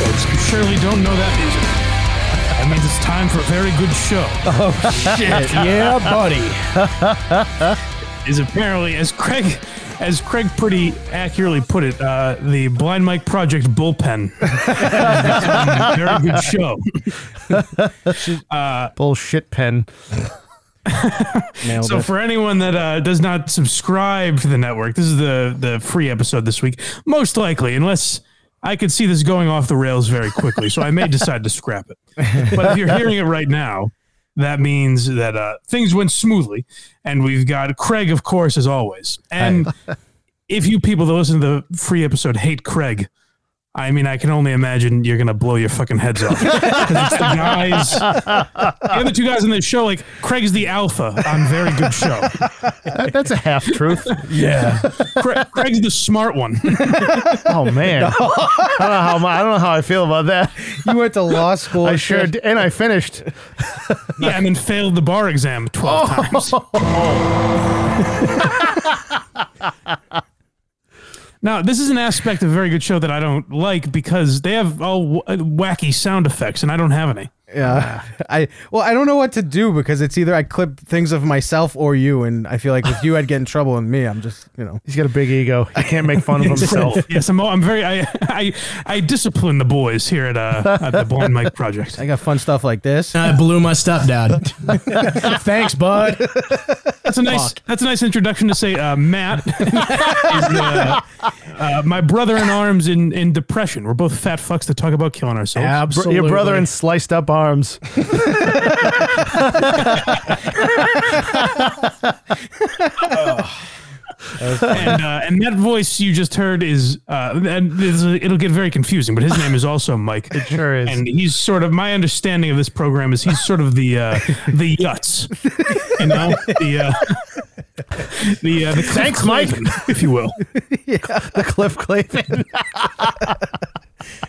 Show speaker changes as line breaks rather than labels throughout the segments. necessarily don't know that music. That means it's time for a very good show. Oh, shit. yeah, buddy. Is apparently, as Craig. As Craig pretty accurately put it, uh, the Blind Mike Project bullpen. has become a very good show.
Bullshit pen.
Nailed
So
it.
for anyone that uh, does not subscribe to the network, this is the the free episode this week, most likely, unless I could see this going off the rails very quickly. So I may decide to scrap it. But if you're hearing it right now, that means that uh, things went smoothly, and we've got Craig, of course, as always. And if you people that listen to the free episode hate Craig. I mean, I can only imagine you're gonna blow your fucking heads off. 'Cause it's the guys, the other two guys in this show, like Craig's the alpha on very good show.
That, that's a half truth.
Yeah. Cra- Craig's the smart one.
Oh man, I don't know how mu- I don't know how I feel about that.
You went to law school.
I sure d- and I finished.
yeah, and then failed the bar exam 12 times. now, this is an aspect of a very good show that I don't like because they have all w- uh, wacky sound effects and I don't have any.
Yeah. I well, I don't know what to do because it's either I clip things of myself or you, and I feel like with you, I'd get in trouble, and me, I'm just you know.
He's got a big ego. He can't make fun of himself.
yes, I'm, I'm very, I, I, I discipline the boys here at, uh, at the Blind Mike Project.
I got fun stuff like this.
I blew my stepdad. Thanks, bud.
That's a nice. That's a nice introduction to say, uh, Matt. is, uh, uh, my brother in arms in in depression. We're both fat fucks that talk about killing ourselves.
Br-
Absolutely.
your brother in sliced up arms.
And uh, and that voice you just heard is, uh, and this is- it'll get very confusing. But his name is also Mike. It
sure is.
And he's sort of my understanding of this program is he's sort of the uh, the yuts, you know the. Uh, The, uh, the thanks, Mike, if you will.
The Cliff Clavin.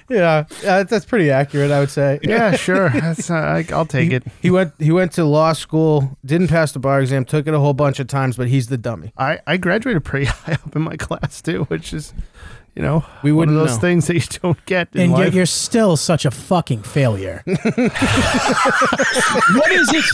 Yeah, uh, that's pretty accurate, I would say.
yeah, sure. That's, uh, I, I'll take it.
He went. He went to law school. Didn't pass the bar exam. Took it a whole bunch of times, but he's the dummy.
I, I graduated pretty high up in my class too, which is, you know,
We
one of
wouldn't
those
know.
things that you don't get in
And
life.
yet you're still such a fucking failure.
What is it?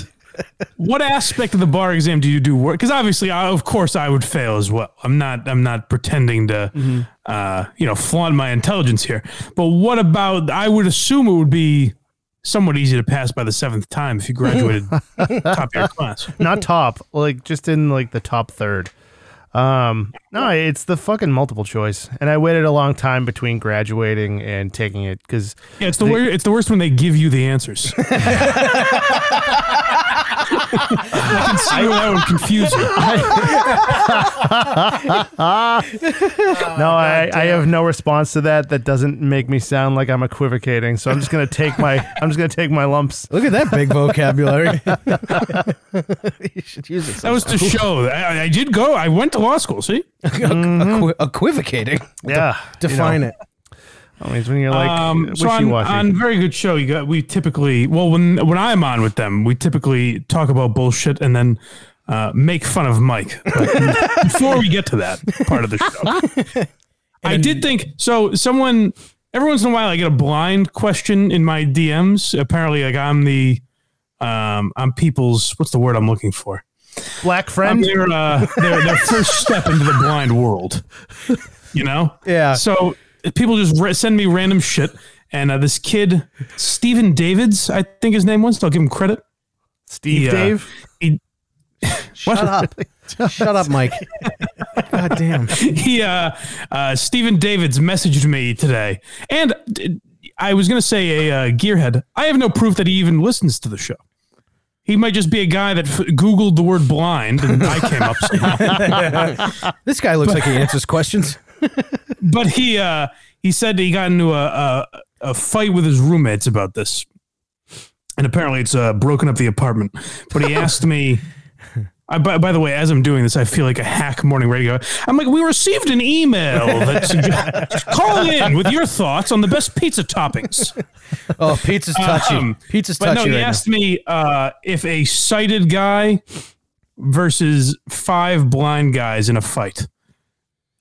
What aspect of the bar exam do you do work? Because obviously, I, of course, I would fail as well. I'm not. I'm not pretending to, uh, you know, flaunt my intelligence here. But what about? I would assume it would be somewhat easy to pass by the seventh time if you graduated top of your class.
Not top, like just in like the top third. Um, no, it's the fucking multiple choice, and I waited a long time between graduating and taking it because
Yeah, it's the, wor- it's the worst when they give you the answers. I can see how that would confuse you.
no, I, I have no response to that. That doesn't make me sound like I'm equivocating. So I'm just gonna take my I'm just gonna take my lumps.
Look at that big vocabulary. you should use it.
That was to show that I, I did go. I went to law school. See,
Equi- equivocating.
Yeah,
Mm-hmm. Define it.
I mean, it's when you're like uh,
um, so on,
wishy-washy.
on very good show, you got we typically well when when I'm on with them, we typically talk about bullshit and then uh, make fun of Mike. But before we get to that part of the show, I did think so. Someone every once in a while, I get a blind question in my DMs. Apparently, like I'm the um, I'm people's what's the word I'm looking for?
Black
I'm
friend.
their, uh, their their first step into the blind world. You know?
Yeah.
So people just ra- send me random shit. And uh, this kid, Stephen Davids, I think his name was. I'll give him credit.
Steve uh,
Yeah.
Dave.
He uh,
Shut up. Shut up, Mike. God damn.
he uh, uh, Stephen Davids messaged me today, and d- I was gonna say a uh, gearhead. I have no proof that he even listens to the show. He might just be a guy that f- Googled the word blind, and I came up. somehow.
This guy looks like he answers questions.
but he uh he said that he got into a, a a fight with his roommates about this and apparently it's uh broken up the apartment but he asked me I, by, by the way, as I'm doing this, I feel like a hack morning radio. I'm like, we received an email that suggests call in with your thoughts on the best pizza toppings.
Oh, pizza's touchy.
Um,
pizza's
But no,
touchy
he
right
asked me uh, if a sighted guy versus five blind guys in a fight,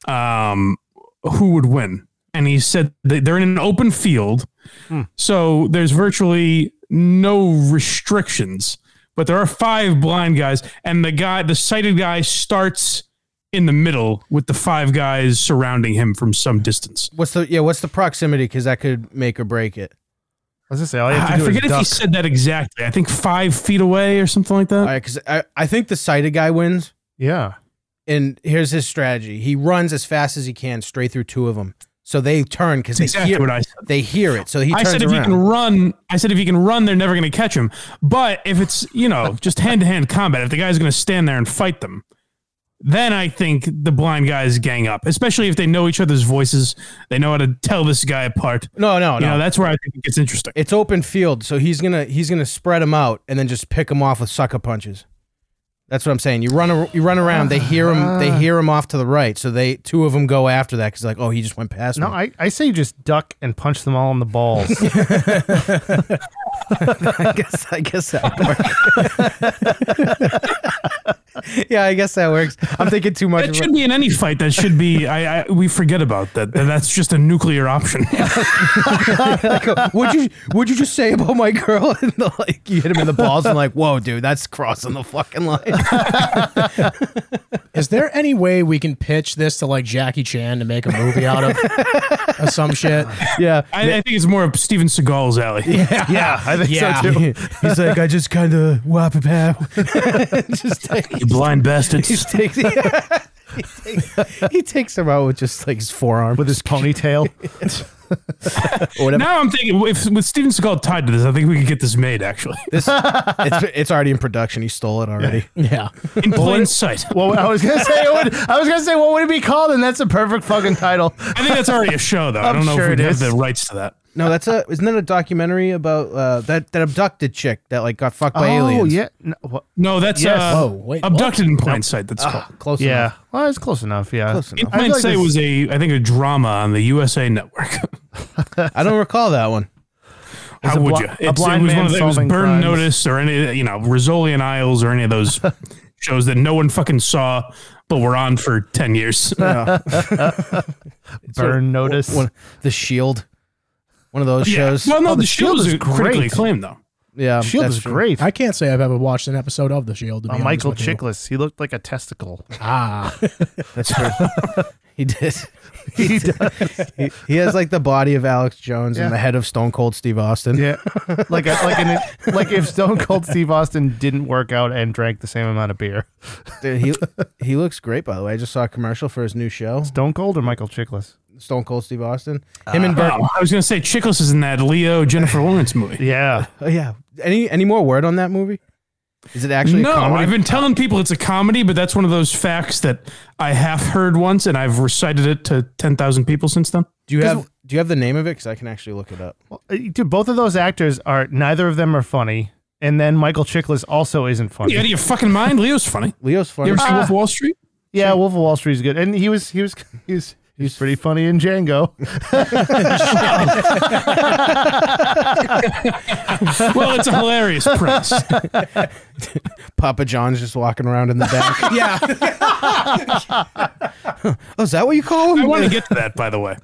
um, who would win? and he said that they're in an open field,
Hmm.
so there's virtually no restrictions. But there are five blind guys, and the guy, the sighted guy, starts in the middle with the five guys surrounding him from some distance.
What's the yeah? What's the proximity? Because that could make or break it.
I was gonna say all you have to
I
do
forget
is
if he
duck.
said that exactly. I think five feet away or something like that.
All right, because I, I think the sighted guy wins.
yeah.
And here's his strategy: he runs as fast as he can straight through two of them, so they turn because
That's
they
exactly
hear
what I said.
they hear it. So he
I
turns
said if
around.
he can run, I said if he can run, they're never going to catch him. But if it's you know just hand to hand combat, if the guy's going to stand there and fight them, then I think the blind guys gang up. Especially if they know each other's voices, they know how to tell this guy apart.
no, no,
You
no.
know that's where I think it gets interesting.
it's open field, so he's gonna he's gonna spread them out and then just pick them off with sucker punches. That's what I'm saying. You run a- you run around. They hear him. They hear him off to the right. So they two of them go after that because like oh he just went past.
No,
me.
I, I say just duck and punch them all in the balls.
I guess I guess that works. yeah, I guess that works. I'm thinking too much.
That
about-
should be in any fight. That should be. I, I we forget about that. That- That's just a nuclear option.
would you would you just say about my girl and the, like you hit him in the balls and like whoa dude that's crossing the fucking line.
Is there any way we can pitch this to like Jackie Chan to make a movie out of or some shit?
yeah.
I, I think it's more of Steven Seagal's alley.
yeah, I think
Yeah.
so too.
He's like, I just kind of whap a pap. just take,
You blind
he
bastards.
just takes, yeah. he takes he takes him out with just like his forearm.
With his ponytail.
or whatever.
Now I'm thinking, if with Steven Seagal tied to this, I think we could get this made actually
It's, it's already in production. He stole it already.
Yeah.
in plain sight.
well, I was gonna say it would, I was gonna say what would it be called, and that's a perfect fucking title.
I think that's already a show, though. I'm I
I'm
do not know
sure
if
it
we have
is.
the rights to that.
No, that's a isn't that a documentary about uh, that that abducted chick that like got fucked by aliens?
Oh yeah, no, what-
No, that's
Yes.
uh,
Whoa, wait, what?
abducted in plain sight. That's called.
close
yeah.
enough.
Well, it's close enough. Yeah,
Close
In
enough.
I Uh, feel
plain
like
sight
this-
was a, I think, a drama on the USA Network.
I don't recall that one.
How
a
would
bli-
you?
a
It's-
blind
it was
man
one of the, it was Burn
solving crimes.
Notice or any, you know, Rizzoli and Isles or any of those shows that no one fucking saw, but were on for ten years.
burn notice.
uh, One, the Shield. One of those
yeah.
shows.
Well, no,
Oh,
the, Shield, is critically
great.
acclaimed though.
Yeah,
Shield
that's
is
true.
great.
I can't say I've ever watched an episode of The Shield. To be
Uh,
honest
Michael
with you.
Chiklis, he looked like a testicle.
Ah.
That's true. he did. He, does. he he has like the body of Alex Jones
Yeah.
and the head of Stone Cold Steve Austin.
Yeah, like a, like an, like if Stone Cold Steve Austin didn't work out and drank the same amount of beer.
Dude, he he looks great by the way. I just saw a commercial for his new show,
Stone Cold or Michael Chiklis?
Stone Cold Steve Austin. Him and Burt.
Wow. I was gonna say Chiklis is in that Leo Jennifer Lawrence movie.
Yeah,
Oh, yeah. Any any more word on that movie? Is it actually
no,
a comedy?
I've been telling people it's a comedy, but that's one of those facts that I have heard once, and I've recited it to ten thousand people since then.
do you have do you have the name of it? Because I can actually look it up.
Well, uh, dude, both of those actors are neither of them are funny, and then Michael Chiklis also isn't
Are
funny.
you out of your fucking mind? Leo's funny.
Leo's
You
funny.
ever see Wolf of Wall Street?
Yeah, Wolf of Wall Street is good, and he was he was he was he was pretty funny in Django.
Well, it's a hilarious premise.
Papa John's just walking around in the back.
yeah.
oh, is that what you call him?
I want to get to that, by the way.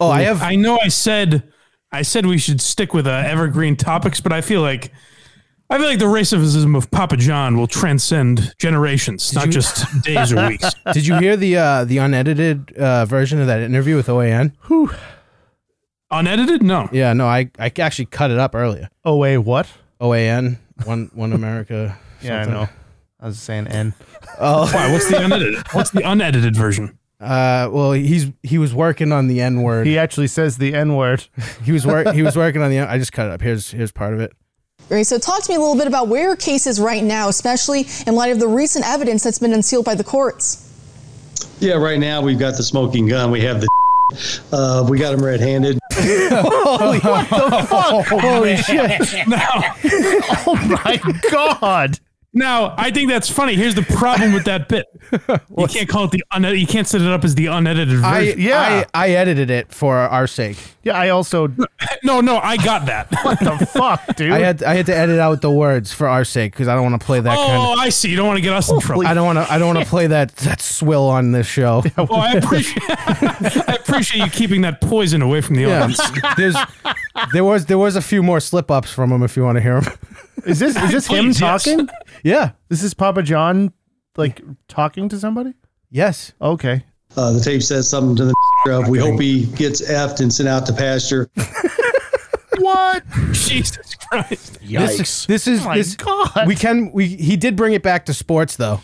oh, I have.
I know I said I said we should stick with uh, evergreen topics, but I feel like I feel like the racism of Papa John will transcend generations, not
you-
just days or weeks.
Did you hear the uh, the unedited uh, version of that interview with OAN?
Unedited? No.
Yeah, no, I, I actually cut it up earlier.
Oh wait, what?
OAN, one one America.
Yeah, I
something. Oh.
know. I was saying N.
Why? What's the unedited? What's the unedited version?
Uh, well, he's he was working on the N word.
He actually says the N word.
He was work he was working on the. N- I just cut it up. Here's here's part of it.
All right, so talk to me a little bit about where your case is right now, especially in light of the recent evidence that's been unsealed by the courts.
Yeah, right now we've got the smoking gun. We have the. Uh, we got him red-handed.
Holy shit!
No.
Oh my god!
Now, I think that's funny. Here's the problem with that bit. You can't call it the unedited. You can't set it up as the unedited
I,
version.
Yeah.
I, I edited it for our sake.
Yeah, I also
no, no, I got that.
the fuck, dude.
I had I had to edit out the words for our sake because I don't want to play that kind.
oh, I see. You don't want to get us in trouble.
Of, I don't want to I don't want to play that that swill on this show.
Oh, I appreciate. I appreciate you keeping that poison away from the
Yeah,
audience.
Um, there's there was there was a few more slip ups from him if you want to hear him.
is this is this him
Please, yes.
talking?
Yeah.
Is this Papa John like talking to somebody?
Yes.
Okay.
Uh, the tape says something to the of. We hope he gets effed and sent out to pasture.
What?
Jesus Christ!
This is Oh this is
my
this,
God.
we can we he did bring it back to sports though.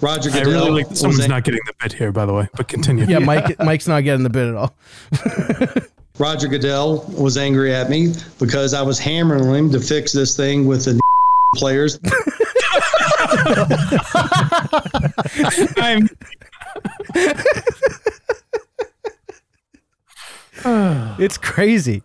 Roger
I
Goodell.
really like that
was
someone's
ang-
not getting the bit here, by the way. But continue.
Yeah, Mike Mike's not getting the bit at all.
Roger Goodell was angry at me because I was hammering him to fix this thing with the players.
I'm-
It's crazy.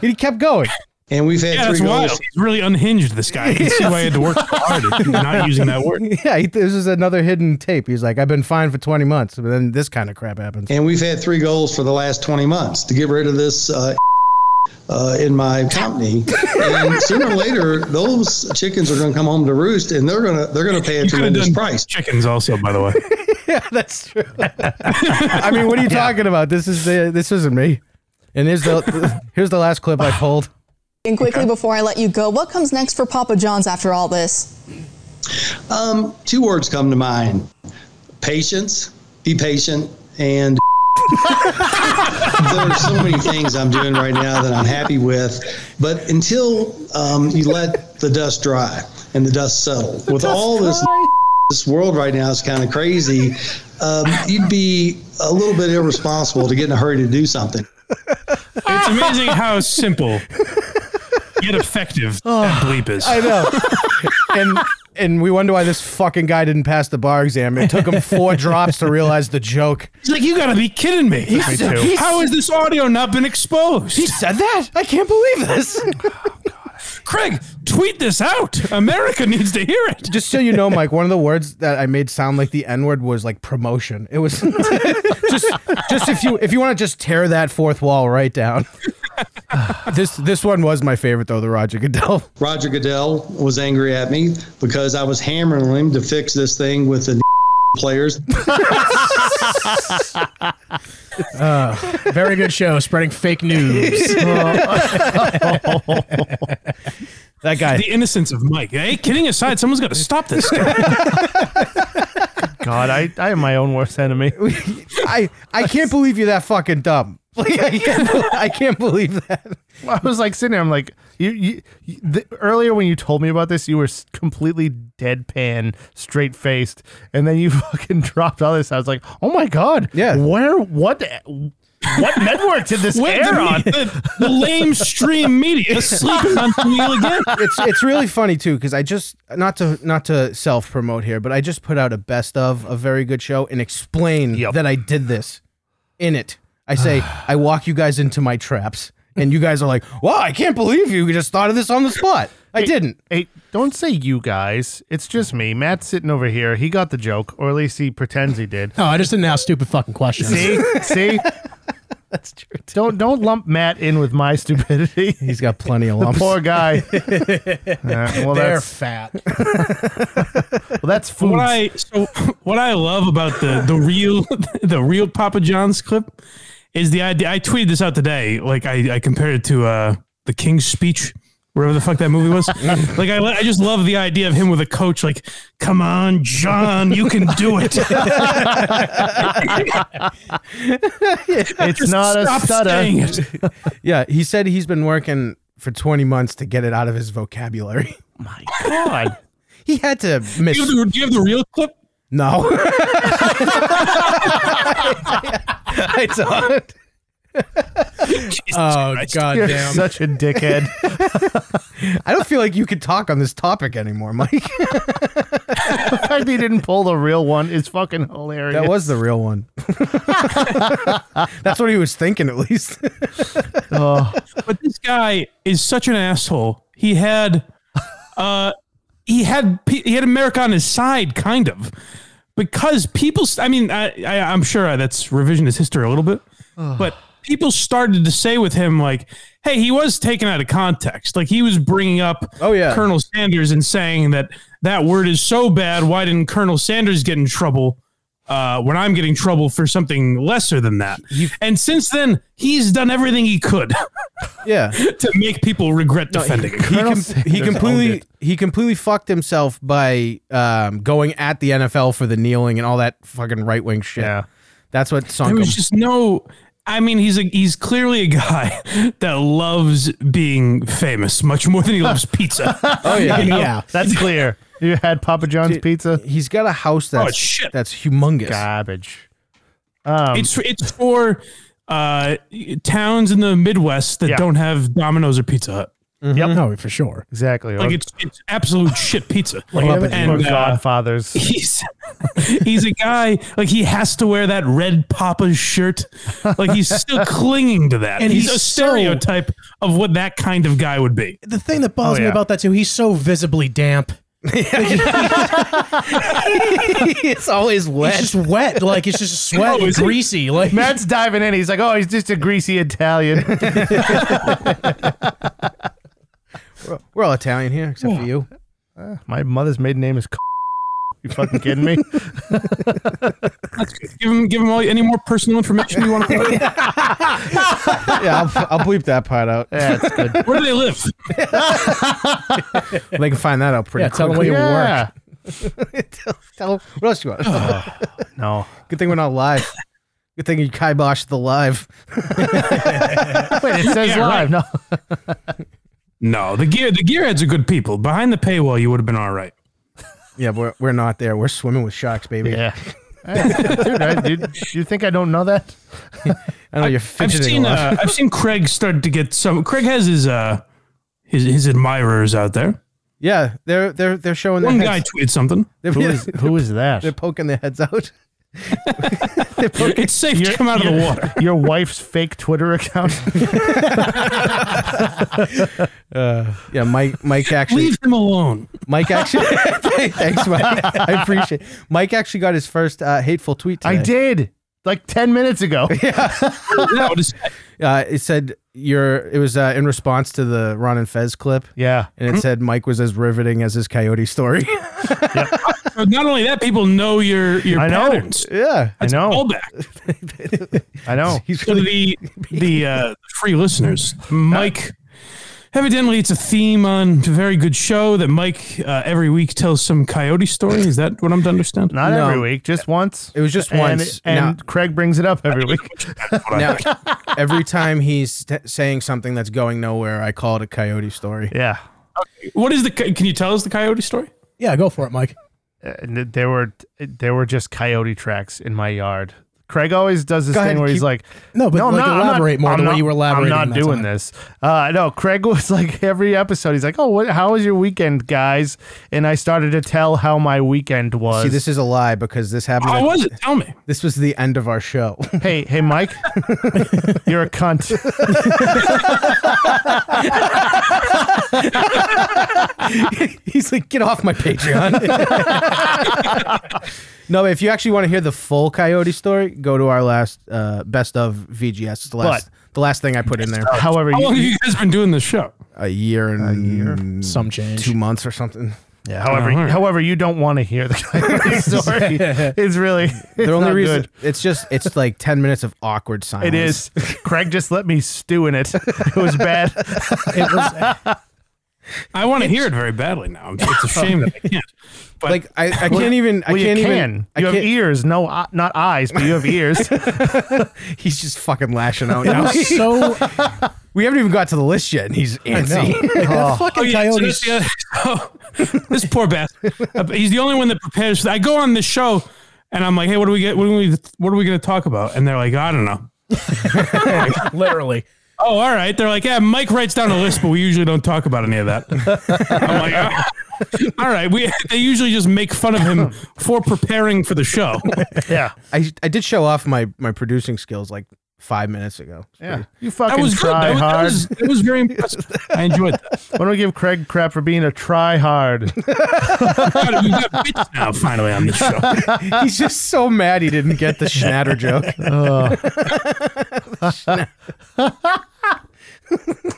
he kept going.
And we've had
yeah,
three
that's wild.
goals.
He's really unhinged. This guy. I can see why he had to work so hard. at not using that word.
Yeah, he, this is another hidden tape. He's like, I've been fine for 20 months, but then this kind of crap happens.
And we've had three goals for the last 20 months to get rid of this uh, uh, in my company. And sooner or later, those chickens are going to come home to roost, and they're going to they're going to pay a
You could have
tremendous
done
price.
chickens, also, by the way.
That's true. I mean, what are you talking about? This is the, this isn't me. And here's the here's the last clip I pulled.
And quickly before I let you go, what comes next for Papa John's after all this?
Um, two words come to mind: patience. Be patient and. There's so many things I'm doing right now that I'm happy with, but until um, you let the dust dry and the dust settle, with all this this world right now is kind of crazy. Um, you'd be a little bit irresponsible to get in a hurry to do something.
It's amazing how simple yet effective that bleep is.
I know. and and we wonder why this fucking guy didn't pass the bar exam. It took him four drops to realize the joke.
He's like, you gotta be kidding me.
too. he's-
How has this audio not been exposed?
said that? I can't believe this.
Craig, tweet this out. America needs to hear it.
Just so you know, Mike, one of the words that I made sound like the N word was like promotion. It was just just if you if you want to just tear that fourth wall right down. this this one was my favorite though, the Roger Goodell.
Roger Goodell was angry at me because I was hammering him to fix this thing with the players.
Very good show, spreading fake news.
That guy.
The innocence of Mike. Hey, kidding aside, someone's got to stop this. Guy.
God, I, I am my own worst enemy.
I I can't believe you're that fucking dumb. Like, I, can't, be- I can't believe that.
I was like sitting there. I'm like, you, you, you the, earlier when you told me about this, you were s- completely deadpan, straight faced, and then you fucking dropped all this. I was like, oh my god,
Yeah.
Where, what, eh, what network did this
Where
air
the,
on?
the, the lame stream media is sleeping on Camille again.
It's it's really funny too because I just not to not to self promote here, but I just put out a best of a very good show and explain
Yep.
that I did this in it. I say I walk you guys into my traps, and you guys are like, "Wow, I can't believe you just thought of this on the spot." I didn't.
Hey, don't say you guys. It's just me. Matt's sitting over here. He got the joke, or at least he pretends he did.
no, I just didn't ask stupid fucking questions.
See, see.
That's true.
Don't don't lump Matt in with my stupidity.
He's got plenty of
The
lumps.
poor guy. Uh, well,
They're
that's
fat.
well, that's food.
What I so what I love about the the real the real Papa John's clip is the idea. I tweeted this out today. Like I, I compared it to uh, the King's Speech, wherever the fuck that movie was. like I, I just love the idea of him with a coach. Like, come on, John, you can do it.
it's not a
Stop saying
stutter.
it.
yeah, he said he's been working for 20 months to get it out of his vocabulary.
God.
He had to miss.
Do you, have the, do you have the real clip?
No. I don't. Oh god
You're
damn.
such a dickhead.
I don't feel like you could talk on this topic anymore, Mike.
the fact that he didn't pull the real one is fucking hilarious.
That was the real one. That's what he was thinking at least.
But this guy is such an asshole. He had uh he had pe- he had America on his side, kind of, because people. st- I mean, I, I I'm sure that's revisionist history a little bit, but people started to say with him like, "Hey, he was taken out of context. Like he was bringing up,
Oh, yeah.
Colonel Sanders and saying that that word is so bad. Why didn't Colonel Sanders get in trouble?" Uh, when I'm getting trouble for something lesser than that. and since then, he's done everything he could
Yeah.
to make people regret defending him.
he,
Colonel
com- he
Sanders owned
completely
it.
he completely fucked himself by um, going at the NFL for the kneeling and all that fucking right wing shit.
Yeah.
That's what sunk
There
him.
was just no. I mean, he's a, he's clearly a guy that loves being famous much more than he loves pizza.
oh yeah.
yeah.
That's clear. You had Papa John's pizza?
He's got a house that's
Oh, shit.
that's humongous.
Garbage.
it's it's for uh, towns in the Midwest that
Yeah.
don't have Domino's or Pizza Hut.
No, for sure.
Exactly.
Like
or
it's it's absolute shit pizza.
Muppet
or
and uh,
Godfathers.
he's he's a guy like he has to wear that red Papa's shirt. Like he's still clinging to that.
And
he's,
he's
a
so-
stereotype of what that kind of guy would be.
The thing that bothers
Oh,
me
yeah.
about that too, he's so visibly damp.
it's always wet.
It's just wet, like it's just
Oh,
sweat, and greasy. Like
Matt's diving in. He's like, oh, he's just a greasy Italian.
We're all Italian here except for you.
My mother's maiden name is. You fucking kidding me?
Give him give him all any more personal information you want to put.
Yeah, I'll, I'll bleep that part out.
Yeah, it's good.
Where do they live?
They can find that out pretty
Yeah, tell them
quickly.
what
Yeah.
Tell- what else you want?
No.
Good thing we're not live. Good thing you kiboshed the live.
Wait, it says
Yeah, right.
live. No.
No, the gear the gearheads are good people. Behind the paywall, you would have been all right.
Yeah, we're, we're not there. We're swimming with sharks, baby.
Yeah. Dude, I, dude, you think I don't know that?
I know you're
I've
fidgeting
seen
a lot.
uh, I've seen Craig start to get some. Craig has his uh his his admirers out there.
yeah, they're they're they're showing
One
their
guy
heads.
tweeted something.
They're,
Who is who is that?
they're poking their heads out.
It's safe to come out of the water.
Your wife's fake Twitter account.
Yeah, Mike Mike actually
Leave him alone.
Mike actually thanks Mike. I appreciate. it. Mike actually got his first uh, hateful tweet today.
I did like ten minutes ago.
No, just-
Uh, it said your it was uh, in response to the Ron and Fez clip.
Yeah.
And it said Mike was as riveting as his coyote story.
not only that, people know your your
I know.
patterns.
yeah.
I know.
Callback
I know.
He's
to the the uh, free listeners. Mike, evidently, it's a theme on a very good show that Mike uh, every week tells some coyote story. Is that what I'm to understand?
Not
No.
every week, just once.
It was just
and,
once.
And Craig brings it up every week.
now, now every time he's t- saying something that's going nowhere, I call it a coyote story.
Yeah.
What is the? co- Can you tell us the coyote story?
yeah, go for it, Mike.
And th- there were there were just coyote tracks in my yard. Craig always does this
Go ahead
thing
and
where he's
keep-
like,
No, but, like,
I'm
elaborate more
I'm
the way you were elaborating
I'm
that
not doing
time."
this. Uh, no, Craig was like every episode. He's like, "Oh, what, how was your weekend, guys?" And I started to tell how my weekend was.
See, this is a lie because this happened.
How
at-
was it? Tell me.
This was the end of our show.
hey, hey, Mike, you're a cunt.
He's like, get off my Patreon. no, but if you actually want to hear the full coyote story, go to our last uh, best of VGS. It's the last, the last thing I put in there.
However,
How
you,
long have you guys been doing this show?
A year and
Some change.
two months or something.
Yeah, however,
all right.
however, you don't want to hear the coyote story. It's really it's
The only
not
reason
good.
it's just it's like ten minutes of awkward silence.
it is. Craig just let me stew in it. It was bad.
It was,
I want to hear it very badly now. It's a shame that I can't. But
Like I, I can't even. I
Well, you
can't
can.
even. I
you have e-
can't-
ears, no, eye- not eyes, but you have ears.
he's just fucking lashing out
it
now.
was so
we haven't even got to the list yet, and he's antsy.
that fucking
Oh, yeah, so
coyote.
that's the other- so, this poor bastard. Uh, He's the only one that prepares. For that. I go on this show and I'm like, hey, what do we get? What are we? What are we going to talk about? And they're like, I don't know.
literally.
Oh, all right. They're like, yeah, Mike writes down a list, but we usually don't talk about any of that. I'm like, "Ah." all right. We they usually just make fun of him for preparing for the show.
yeah,
I I did show off my my producing skills like five minutes ago. It's
Yeah,
pretty-
you
That
fucking
was good.
try
That was, that
hard.
was- that was very impressive. I enjoyed that.
Why don't we give Craig crap for being a try hard?
God, we got bits now finally on this show.
He's just so mad he didn't get the schnatter joke.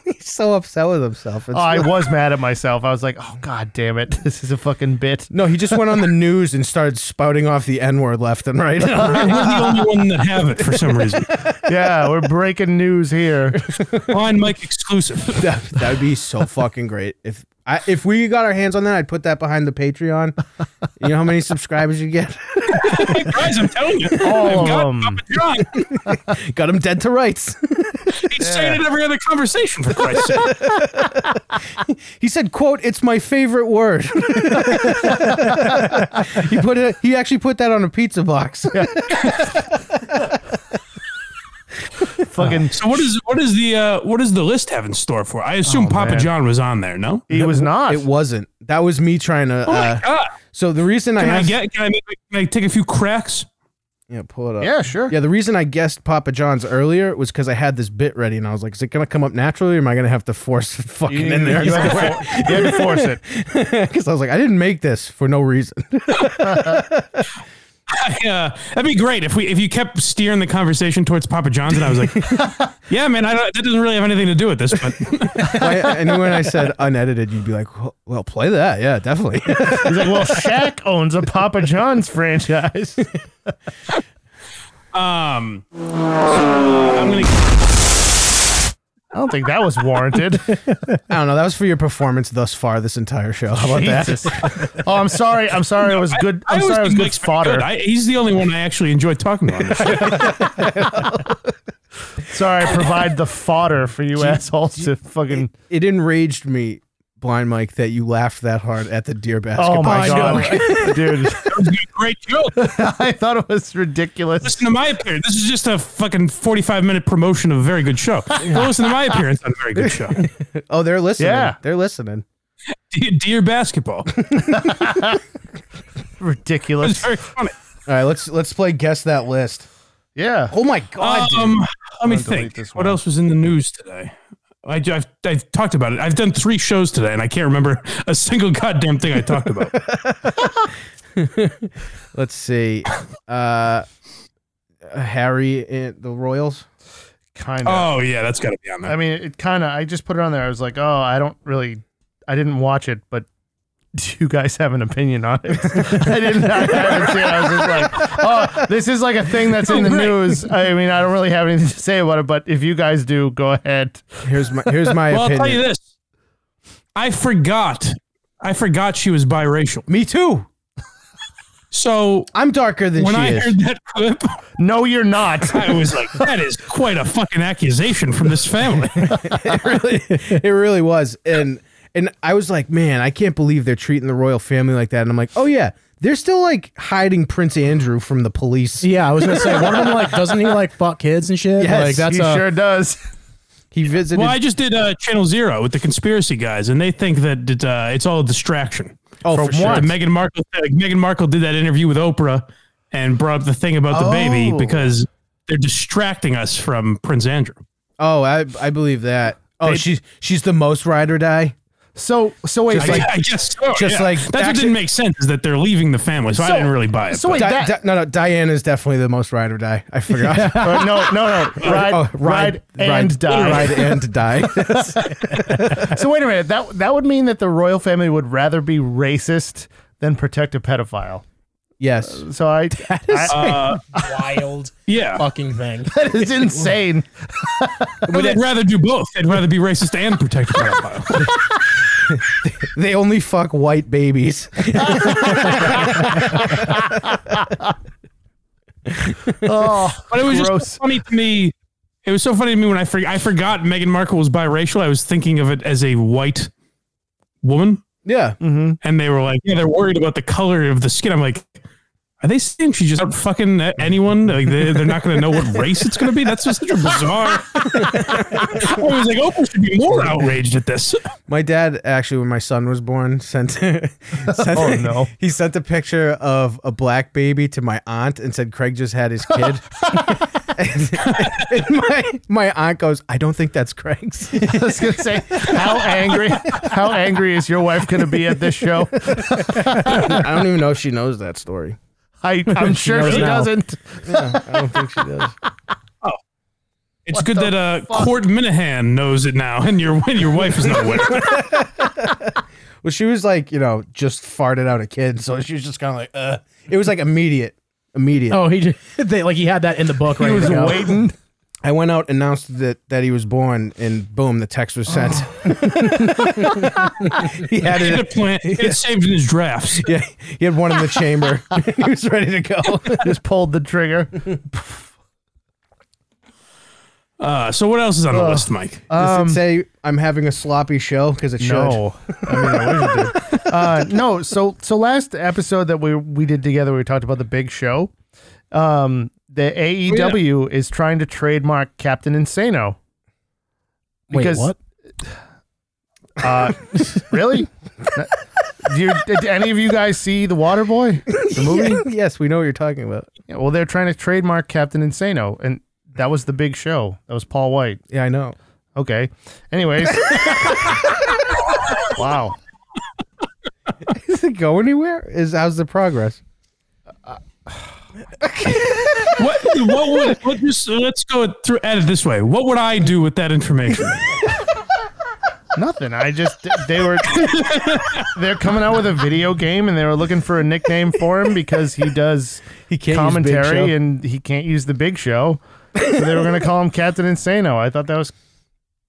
He's so upset with himself. It's-
Oh, I was mad at myself. I was like, oh god damn it, this is a fucking bit.
no, he just went on the news and started spouting off the N word left and right.
We're the only one that have it for some reason.
Yeah, we're breaking news here.
On Mike exclusive.
that, that would be so fucking great if I, if we got our hands on that. I'd put that behind the Patreon. You know how many subscribers you get?
Hey, guys, I'm telling you.
All
I've
of
got
them.
Papa John.
got him dead to rights.
He's saying it in every other conversation, for Christ's sake.
He said, "quote It's my favorite word." he put it. He actually put that on a pizza box.
fucking.
So what is what is the uh, what does the list have in store for? I assume Papa
Oh, man.
John was on there. No.
He was not.
It wasn't. That was me trying to.
Oh
uh,
my God.
so the reason
Can
I,
I
asked-
get? Can I, make, can I take a few cracks?
yeah, pull it up.
yeah, sure.
Yeah, the reason I guessed Papa John's earlier was because I had this bit ready, and I was like, "Is it gonna come up naturally, or am I gonna have to force it fucking in there?"
You had, to for- you had to force it.
Because I was like, "I didn't make this for no reason."
I, uh, that'd be great if we if you kept steering the conversation towards Papa John's, and I was like, "Yeah, man, I don't, that doesn't really have anything to do with this." But
Why- and when I said unedited, you'd be like, "Well, well, play that, yeah, definitely."
He's like, well, Shaq owns a Papa John's franchise.
um, so I'm gonna.
I don't think that was warranted.
I don't know. That was for your performance thus far this entire show. How about that?
Jesus. Oh, I'm sorry. I'm sorry. it was good. I'm
always
sorry. It was
think
good
Mike's pretty
fodder.
good. I, he's the only one I actually enjoy talking to. On this show.
sorry, I provide the fodder for you assholes to fucking.
It enraged me, Blind Mike, that you laughed that hard at the deer basketball.
Oh my
joke.
god, dude!
It was a great joke.
I thought it was ridiculous.
Listen to my appearance. This is just a fucking 45 minute promotion of a very good show. Go listen to my appearance on a very good show.
Oh, they're listening.
Yeah.
They're listening.
Dear, dear basketball. It was
Ridiculous.
very funny.
All right, let's let's play guess that list.
Yeah.
Oh my god, dude.
Um, let me
I'm gonna delete
think.
this
What
one.
else was in the news today? I, have I've talked about it. I've done three shows today, and I can't remember a single goddamn thing I talked about.
Let's see. Uh Harry and the Royals.
Kind of.
oh yeah, that's got to be on there.
I mean, it kind of. I just put it on there. I was like, oh, I don't really. I didn't watch it, but do you guys have an opinion on it? I didn't. I haven't seen it. I was just like, oh, this is like a thing that's in the
Right.
news. I mean, I don't really have anything to say about it, but if you guys do, go ahead.
Here's my here's my
well, I'll
opinion.
tell you this. I forgot. I forgot she was biracial.
Me too.
So
I'm darker than
when
she
I
is.
heard that clip,
No, you're not.
I was like, that is quite a fucking accusation from this family.
it really it really was. And and I was like, man, I can't believe they're treating the royal family like that. And I'm like, oh yeah, they're still like hiding Prince Andrew from the police.
Yeah, I was gonna say one of them like doesn't he like fuck kids and shit?
Yes,
like that's
he
a,
sure does.
He visited.
Well, I just did uh, Channel Zero with the conspiracy guys, and they think that it, uh, it's all a distraction.
oh, for, sure.
That Meghan Markle, uh, Meghan Markle did that interview with Oprah and brought up the thing about the baby
Oh.
because they're distracting us from Prince Andrew.
Oh, I I believe that. Oh,
They-
she's she's the most ride or die.
So, Oh, so wait,
Just
like,
I, I guess so.
just
yeah.
like-
that's what didn't make sense is that they're leaving the family, so, I
So-
didn't really buy it.
so wait,
but-
Di-
that,
Di- no, no, Diane is definitely the most ride or die. I forgot.
or Uh, no, no, no, ride,
Oh,
ride, and die.
Ride and die.
So wait a minute. That that would mean that the royal family would rather be racist than protect a pedophile.
yes.
So I, I
wild
yeah,
fucking thing.
that is insane.
but I'd rather do both. I'd rather be racist and protect a pedophile.
They only fuck white babies.
Oh,
But it was just
gross.
so funny to me. It was so funny to me when I for, I forgot Meghan Markle was biracial. I was thinking of it as a white woman,
Yeah. Mm-hmm.
and they were like, "Yeah, they're worried about the color of the skin." I'm like, "I Are they saying she just out fucking anyone? Like they, they're not going to know what race it's going to be. That's just such a bizarre. I was like, Oprah should be more outraged at this.
My dad actually, when my son was born, sent sent oh,
no.
he sent a picture of a black baby to my aunt and said Craig just had his kid. and, and my my aunt goes, I don't think that's Craig's.
I was gonna say, how angry, how angry is your wife gonna be at this show?
I don't even know if she knows that story.
I, I'm sure
knows
she
now.
doesn't.
I don't think she does.
It's good that uh, Court Minahan knows it now, and your and your wife is not aware.
Well, she was like, you know, just farted out a kid, so she was just kind of like, uh. It was like immediate, immediate.
Oh, he did, they, like he had that in the book. Right he was
Waiting.
I went out, announced that that he was born, and boom, the text was sent. he had
He had a
it.
plan. He had It saved in his drafts.
Yeah, he had one in the chamber. he was ready to go.
Just pulled the trigger.
Uh, so what else is on the list, Mike?
Does it say I'm having a sloppy show? Because it should.
No, I mean, I wish it did. Uh, no. So, so last episode that we we did together, we talked about the big show. Um, the
Oh,
AEW is trying to trademark Captain Insano.
Wait,
Because-
what?
Uh, really? Do you, did any of you guys see the Water Boy? The movie?
yes, we know what you're talking about.
Yeah, well, they're trying to trademark Captain Insano, and that was the big show. That was Paul White.
Yeah, I know.
Okay. Anyways. wow.
Does it go anywhere? Is how's the progress?
What what would what just uh, let's go through at it this way. What would I do with that information?
Nothing. I just they were they're coming out with a video game and they were looking for a nickname for him because he does
He can't use Big
commentary
Show.
and he can't use the big show. So they were gonna call him Captain Insano. I thought that was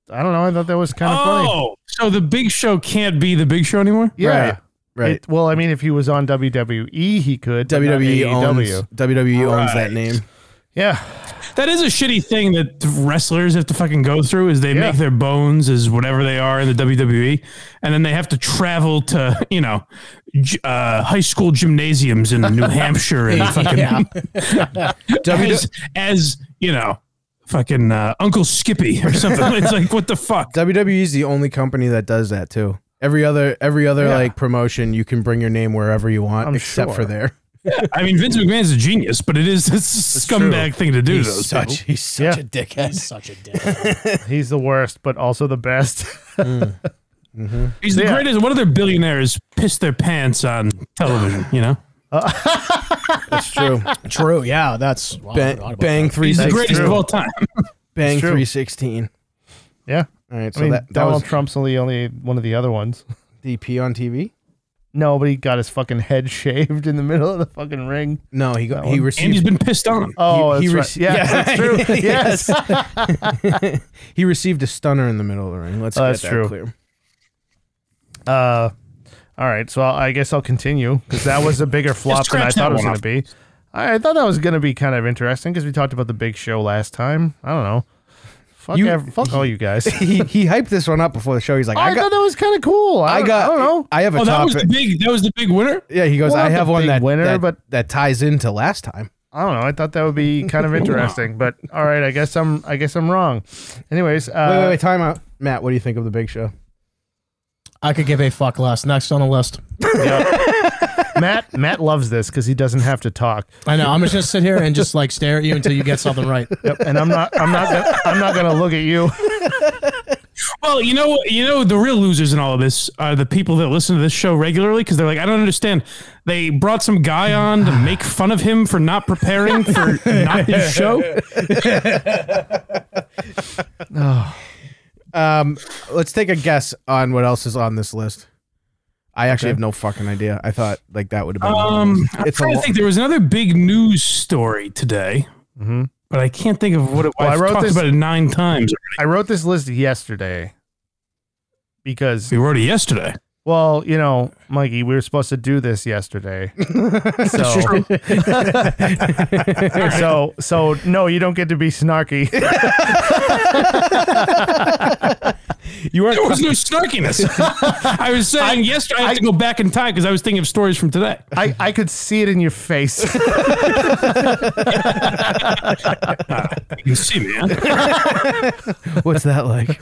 I don't know, I thought that was kind of funny.
Oh, so the Big Show can't be the Big Show anymore?
Yeah.
Right, right.
It- well, I mean, if he was on WWE, he could. but not
WWE E owns
AEW.
WWE owns that name.
Yeah.
That is a shitty thing that wrestlers have to fucking go through. Is they
Yeah.
make their bones as whatever they are in the WWE, and then they have to travel to you know j- uh, high school gymnasiums in New Hampshire and fucking
Yeah.
as, as you know fucking uh, Uncle Skippy or something. it's like what the fuck.
WWE E is the only company that does that too. Every other every other
Yeah.
like promotion, you can bring your name wherever you want,
I'm
except for
sure.
there.
I mean, Vince McMahon's a genius, but it is it's a scumbag thing to do. Though. too.
Such he's such
Yeah.
a dickhead.
He's such a dick.
He's the worst, but also the best.
He's the
Yeah.
greatest. What other billionaires piss their pants on television? You know,
That's true.
True. Yeah, that's wow, I
Bang,
forgot about
bang three
he's the greatest
sixteen.
of all time.
Bang
true.
three sixteen.
yeah.
All right,
I
so
mean,
that, that
Donald
was
Trump's only, only one of the other ones.
DP on TV.
No, but he got his fucking head shaved in the middle of the fucking ring.
No, he got he
And he's
received.
been pissed on.
Oh,
he
that's right.
rece-
yeah, that's true. Yes.
he received a stunner in the middle of the ring. Let's
Oh,
get
that's
that
true.
clear.
Uh, all right, so I'll, I guess I'll continue because that was a bigger flop than I
scratch
thought
that
it was
one
going to
off.
be. I, I thought that was going to be kind of interesting because we talked about the big show last time. I don't know. Fuck,
You-
ev- fuck all you guys.
He he hyped this one up before the show. He's like,
I,
I
thought
got,
that was kind of cool. I,
I
don't-
got,
I don't know.
I have a
Oh, that was
topic.
the big. That was the big winner.
yeah, he goes,
Well, not
I
the
have one
big
that
winner,
that,
but-
that ties into last time.
I don't know. I thought that would be kind of interesting, but all right. I guess I'm. I guess I'm wrong. Anyways, uh,
wait, wait, wait, time out, Matt. What do you think of the Big Show?
I could give a fuck less. Next on the list.
Matt. Matt loves this because he doesn't have to talk.
I know. I'm just gonna sit here and just like stare at you until you get something right.
Yep, and I'm not. I'm not. Gonna, I'm not going to look at you.
Well, you know, you know, the real losers in all of this are the people that listen to this show regularly because they're like, I don't understand. They brought some guy on to make fun of him for not preparing for not his show.
Um, let's take a guess on what else is on this list. I actually have no fucking idea. I thought like that would have been.
Um, I'm
it's a
trying to
lo-
think. There was another big news story today, but I can't think of what it was.
Well, I
I
wrote
wrote talked
this-
about it nine times.
I wrote this list yesterday because,
We wrote it yesterday.
well, you know, Mikey, we were supposed to do this yesterday. So, so, so no, you don't get to be snarky. You weren't.
There was no snarkiness. I was saying yesterday. I have to go back in time because I was thinking of stories from today.
I, I could see it in your face.
You can see, man.
What's that like?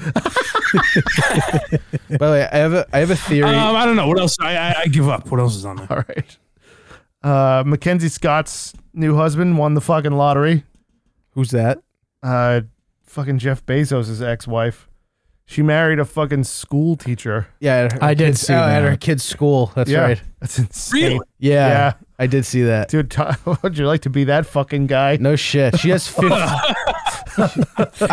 By the way, I have a I have a theory.
Um, I don't know what else. I, I, I give up. What else is on there?
All right. Uh, Mackenzie Scott's new husband won the fucking lottery.
Who's that?
Uh, fucking Jeff Bezos' ex-wife. She married a fucking school teacher.
Yeah, at her
I did
kid's-
see
oh, at
that.
her kid's school. That's
yeah,
right.
that's insane.
Really?
Yeah,
Yeah.
I did see that.
Dude, Tom, would you like to be that fucking guy?
No shit. She has 50,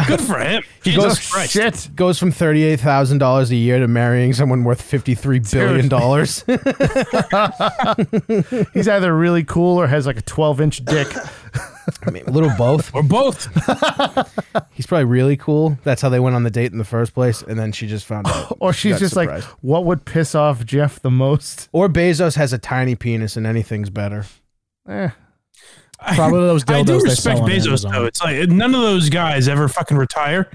Good for him. Jesus
Oh,
Christ.
shit.
goes from thirty eight thousand dollars a year to marrying someone worth fifty three billion dollars.
He's either really cool or has like a 12-inch dick.
I mean, a little both.
Or both.
He's probably really cool. That's how they went on the date in the first place, and then she just found out.
Or she's
got
just
surprised.
like, what would piss off Jeff the most?
Or Bezos has a tiny penis, and anything's better.
Eh.
Probably those dildos
I do
they
respect
sell on
Bezos
Amazon.
though. It's like none of those guys ever fucking retire,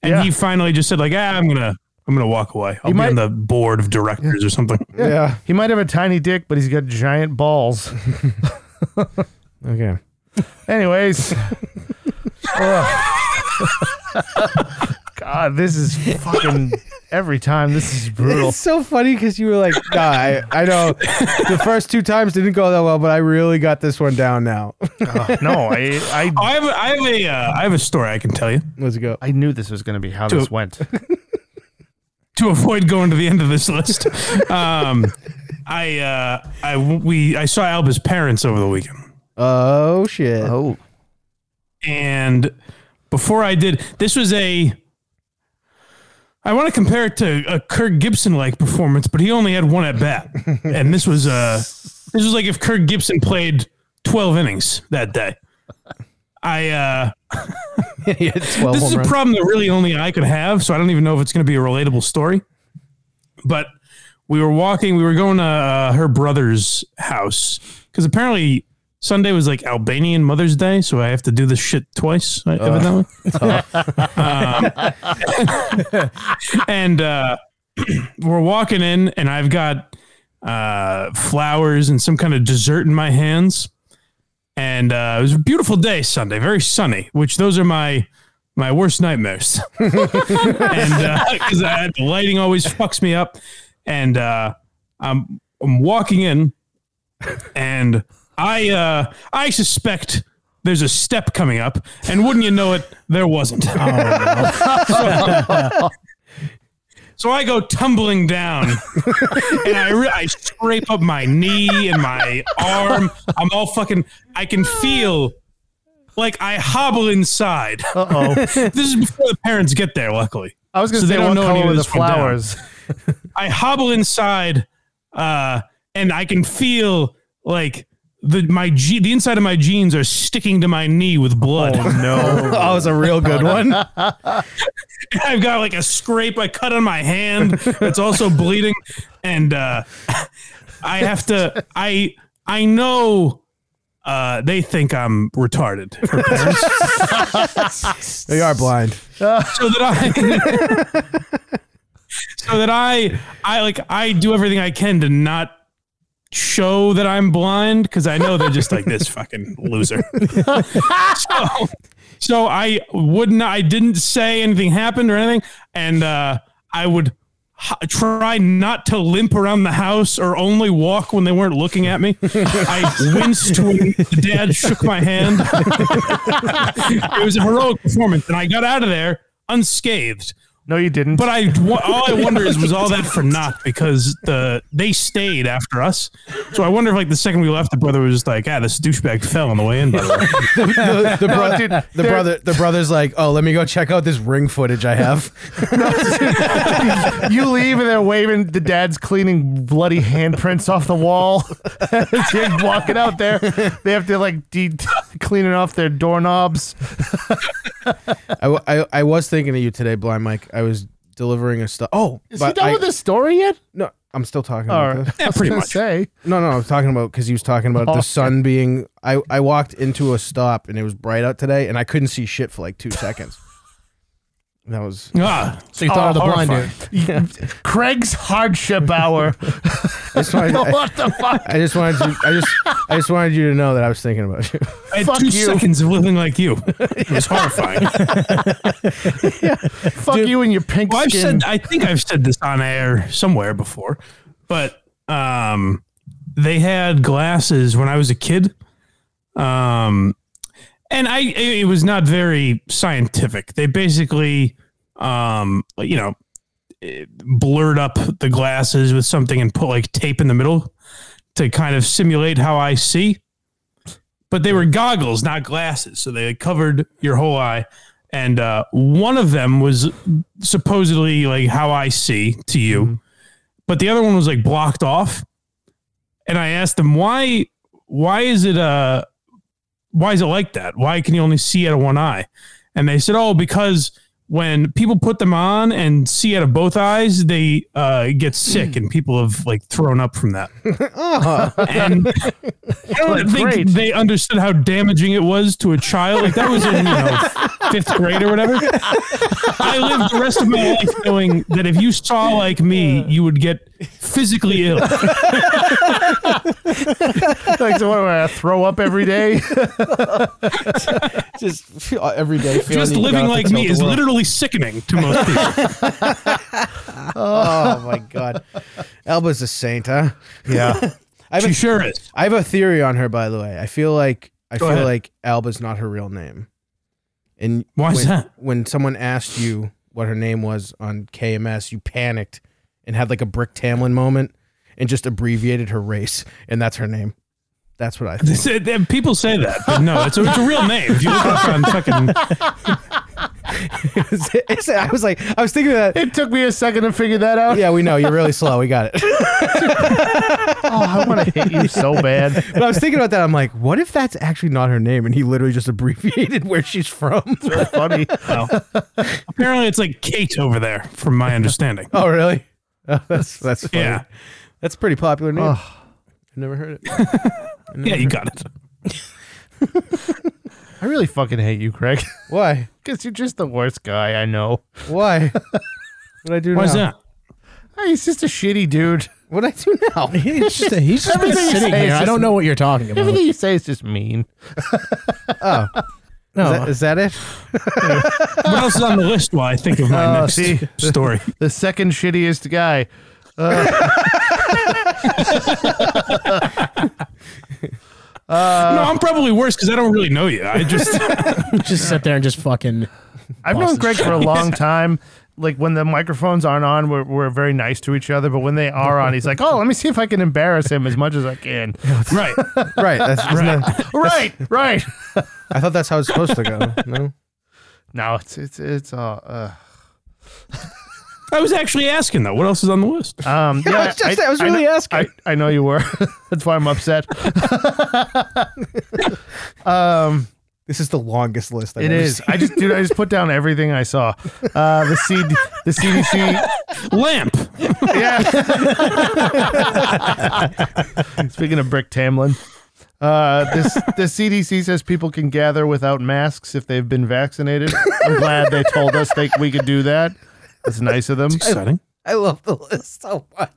and
Yeah.
he finally just said like, "Ah, I'm gonna, I'm gonna walk away. I'll be
might-
on the board of directors or something."
Yeah.
He might have a tiny dick, but he's got giant balls.
Okay.
Anyways. Ugh. God, this is fucking every time. This is brutal.
It's so funny because you were like, nah, I, I know the first two times didn't go that well, but I really got this one down now.
No, I I,
Oh, I have, a, I have a, uh, I have a story I can tell you
Let's go.
I knew this was going to be how this went.
to avoid going to the end of this list. um, I, uh, I, we, I saw Alba's parents over the weekend.
Oh, shit.
Oh,
and before I did, this was a. I want to compare it to a Kirk Gibson like performance, but he only had one at bat, and this was uh this was like if Kirk Gibson played twelve innings that day. I uh,
He hit 12
this is
home
a
runs.
problem that really only I could have, so I don't even know if it's going to be a relatable story. But we were walking, we were going to uh, her brother's house because apparently Sunday was like Albanian Mother's Day, so I have to do this shit twice, I evidently. um, and uh, we're walking in, and I've got uh, flowers and some kind of dessert in my hands. And uh, it was a beautiful day Sunday, very sunny, which those are my my worst nightmares. and because I the lighting always fucks me up, and uh, I'm I'm walking in, and I uh, I suspect there's a step coming up, and wouldn't you know it, there wasn't. So I go tumbling down, and I re- I scrape up my knee and my arm. I'm all fucking. I can feel like I hobble inside.
uh oh.
This is before the parents get there, luckily.
I was going to
So they
say
don't
what
know any
color
of
were the
this went down.
flowers.
I hobble inside, uh, and I can feel like the my je- the inside of my jeans are sticking to my knee with blood.
No. Oh, that was a real good one.
I've got like a scrape I cut on my hand. It's also bleeding, and uh, I have to. I I know uh, they think I'm retarded. Her parents.
They are blind.
so that I so that I I like I do everything I can to not show that I'm blind because I know they're just like this fucking loser. so, so I wouldn't I didn't say anything happened or anything, and uh, I would h- try not to limp around the house or only walk when they weren't looking at me. I winced when dad shook my hand. it was a heroic performance, and I got out of there unscathed.
No, you didn't.
But I, wa- all I wonder is, was all that for naught because the they stayed after us. So I wonder if, like, the second we left, the brother was just like, "Ah, this douchebag fell on the way in." By the way,
The, the, bro-
dude,
the
they're-
brother, the brother's like, oh, let me go check out this ring footage I have.
you leave and they're waving. The dad's cleaning bloody handprints off the wall. As you're walking out there, they have to like de- cleaning off their doorknobs.
I, wa- I, I was thinking of you today, Blind Mike. I was delivering a stuff. Oh,
Is he
but
done
I-
with this story yet?
No, I'm still talking
All
about
right.
this.
yeah, pretty
I was
much.
gonna Say.
No, no, I was talking about because he was talking about the sun being. I, I walked into a stop and it was bright out today, and I couldn't see shit for like two seconds. It That was
Ah,
So you thought of the blind dude.
dude. Oh, Craig's hardship hour.
that's why I,
what the fuck?
I just wanted you. I just I just wanted you to know that I was thinking about you.
I had
Fuck
two
you.
seconds of looking like you. It was horrifying.
Fuck you and your pink
Well, I've
skin.
said I think I've said this on air somewhere before, but um, they had glasses when I was a kid, um, and I it it was not very scientific. They basically, um, you know, eh, blurred up the glasses with something and put like tape in the middle to kind of simulate how I see. But they were goggles, not glasses, so they covered your whole eye. And uh, one of them was supposedly like how I see to you, but the other one was like blocked off. And I asked them why why is it uh why is it like that? Why can you only see out of one eye? And they said, oh, because when people put them on and see out of both eyes, they uh, get sick, and people have like thrown up from that. And I don't
Like,
think
great.
they understood how damaging it was to a child. Like that was in you know fifth grade or whatever. I lived the rest of my life knowing that if you saw like me, you would get physically ill.
like, so what do I throw up every day?
just feel, uh, every day. feeling
Just
that you
living
got
like
to
me
tilt the
is
world.
literally sickening to most people.
Oh my god, Elba's a saint, huh?
Yeah.
I have,
She
a,
sure is.
I have a theory on her, by the way. I feel like I
Go
feel
ahead.
like Alba's not her real name. And
Why
when,
is that?
When someone asked you what her name was on KMS, you panicked and had like a Brick Tamlin moment and just abbreviated her race, and that's her name. That's what I
They
think.
say- they- People say that, but no, it's a, it's a real name. If you look up on fucking,
I was like, I was thinking that.
It took me a second to figure that out.
Yeah, we know you're really slow. We got it.
Oh, I want to hit you so bad.
But I was thinking about that. I'm like, what if that's actually not her name? And he literally just abbreviated where she's from.
That's funny.
well, apparently it's like Kate over there, from my understanding.
Oh, really? Oh, that's that's funny.
Yeah.
That's a pretty popular name. I've never heard it.
Yeah, you got it.
I really fucking hate you, Craig.
Why?
Because you're just the worst guy I know.
Why? what I do
Why's
now?
that?
Hey, he's just a shitty dude.
What I do now?
He's just, he's just been
Everything you
sitting
say is
here. I
just-
don't know what you're talking about.
Everything you say is just mean.
Is that- is that it?
What else is on the list while I think of my
Oh,
next
see.
story?
The second shittiest guy. Uh,
no, I'm probably worse because I don't really know you. I just
just sit there and just fucking.
I've known Greg for a long time. Like when the microphones aren't on, we're, we're very nice to each other. But when they are on, he's like, "Oh, let me see if I can embarrass him as much as I can."
right.
Right. That's, isn't that-
right, right.
I thought that's how it's supposed to go. No.
No, it's it's it's all. Uh,
I was actually asking though. What else is on the list?
um, yeah,
I was just- I was really
know,
asking.
I, I know you were. That's why I'm upset. um,
This is the longest list. I've
it
ever
is.
seen.
I just dude, I just put down everything I saw. Uh, the CD, the CDC.
Lamp.
Yeah. Speaking of Brick Tamlin, uh, this the CDC says people can gather without masks if they've been vaccinated. I'm glad they told us they, we could do that. That's nice of them.
Exciting.
I love the list so much.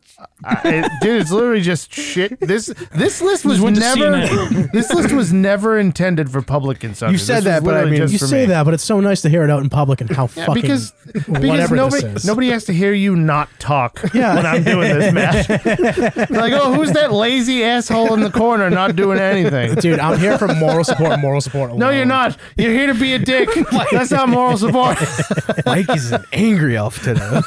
I- it- dude, it's literally just shit. This this list was
Just went to
never
CNN.
this list was never intended for public consumption.
You said
This was
that, but I
literally
mean-
just
You
for
say
me.
that, but it's so nice to hear it out in public and how
Yeah,
fucking
because because
whatever
nobody
this is.
nobody has to hear you not talk when I'm doing this, Matt. like, oh, who's that lazy asshole in the corner not doing anything?
dude, I'm here for moral support. Moral support. Alone.
No, you're not. You're here to be a dick. That's not moral support.
Mike is an angry elf today.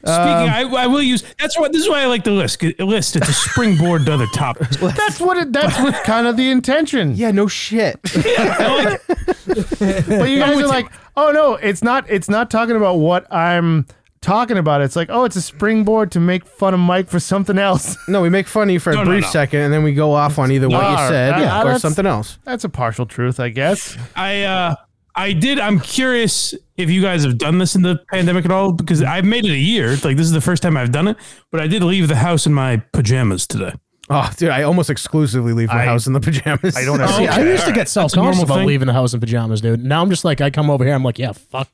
Speaking,
Um,
I, I will use. That's what. This is why I like the list. 'cause- List. It's a springboard to other topics.
That's what. It, that's what kind of the intention.
yeah, no shit.
But you guys are like, oh no, it's not. It's not talking about what I'm talking about. It's like, oh, it's a springboard to make fun of Mike for something else.
No, we make fun of you for a
No, no,
brief
no.
second, and then we go off on either what you
No,
said
I- I-
or
that's-
something else.
That's a partial truth, I guess.
I uh, I did. I'm curious if you guys have done this in the pandemic at all because I've made it a year. Like this is the first time I've done it, but I did leave the house in my pajamas today.
Oh, dude, I almost exclusively leave my
I-
house in the pajamas.
I don't ever-
See, I
Okay,
used to get self conscious
normal
about
thing.
leaving the house in pajamas, dude. Now I'm just like, I come over here, I'm like, yeah, fuck,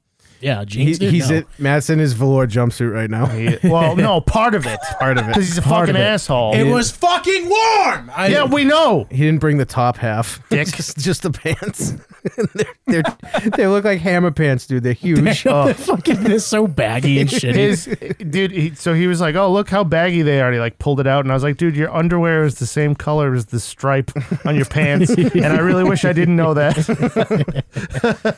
yeah,
He,
jeans. dude,
he's
no.
in Matt's in his velour jumpsuit right now.
well, no, part of it.
Part of it.
Because he's a
Part
fucking
of it.
asshole.
It was fucking warm. I,
yeah, we know.
He didn't bring the top half.
Dick.
just, just the pants. they're, they're, they look like hammer pants, dude. They're huge. Oh,
Oh.
fucking they're so baggy and shitty.
His dude, he, so he was like, "Oh, look how baggy they are." And he like pulled it out, and I was like, "Dude, your underwear is the same color as the stripe on your pants." and I really wish I didn't know that.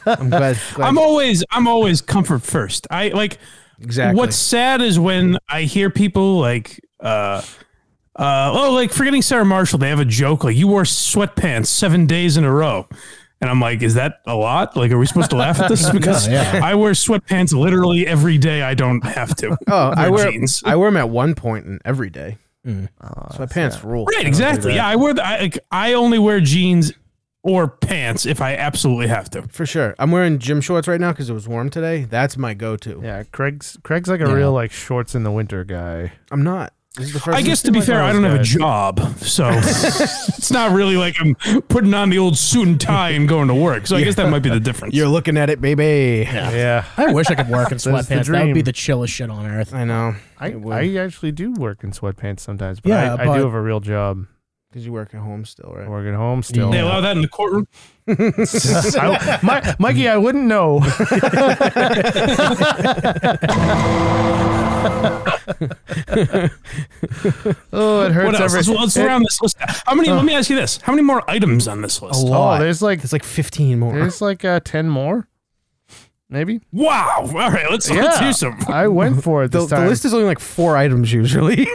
I'm glad. glad-
I'm always I'm always comfort first. I like
exactly.
What's sad is when I hear people like, uh, uh, oh, like forgetting Sarah Marshall, they have a joke like, you wore sweatpants seven days in a row. And I'm like, is that a lot? Like, are we supposed to laugh at this? Because I wear sweatpants literally every day. I don't have to.
Oh, I
They're
wear
jeans. Mm.
I wear them at one point in every day. so my pants rule. I don't
right,
do
exactly.
that.
Yeah, I wear. The, I, like, I only wear jeans or pants if I absolutely have to.
for sure. I'm wearing gym shorts right now because it was warm today. That's my go-to.
yeah, Craig's Craig's like a real like shorts in the winter guy.
I'm not. This is the first.
I guess to be fair, I don't have a job, so it's not really like I'm putting on the old suit and tie and going to work. So I guess that might be the difference.
You're looking at it, baby. Yeah.
Yeah,
I wish I could work in
That's the
sweatpants. That would be
dream.
the chillest shit on earth.
I know.
I,
It would.
I actually do work in sweatpants sometimes, but,
Yeah,
I, I
but-
do have a real job.
Because you work at home still,
I
right?
work at home still.
They allow that in the courtroom.
I, Mi- Mikey, I wouldn't know. oh, it hurts
What else?
every.
Let's, let's
it-
round this list. How many? let me ask you this: How many more items on this list?
oh, there's like
It's like 15 more.
there's like uh, ten more, maybe.
Wow! All right, let's let's hear some.
I went for it
the,
this
the
time.
list is only like four items usually.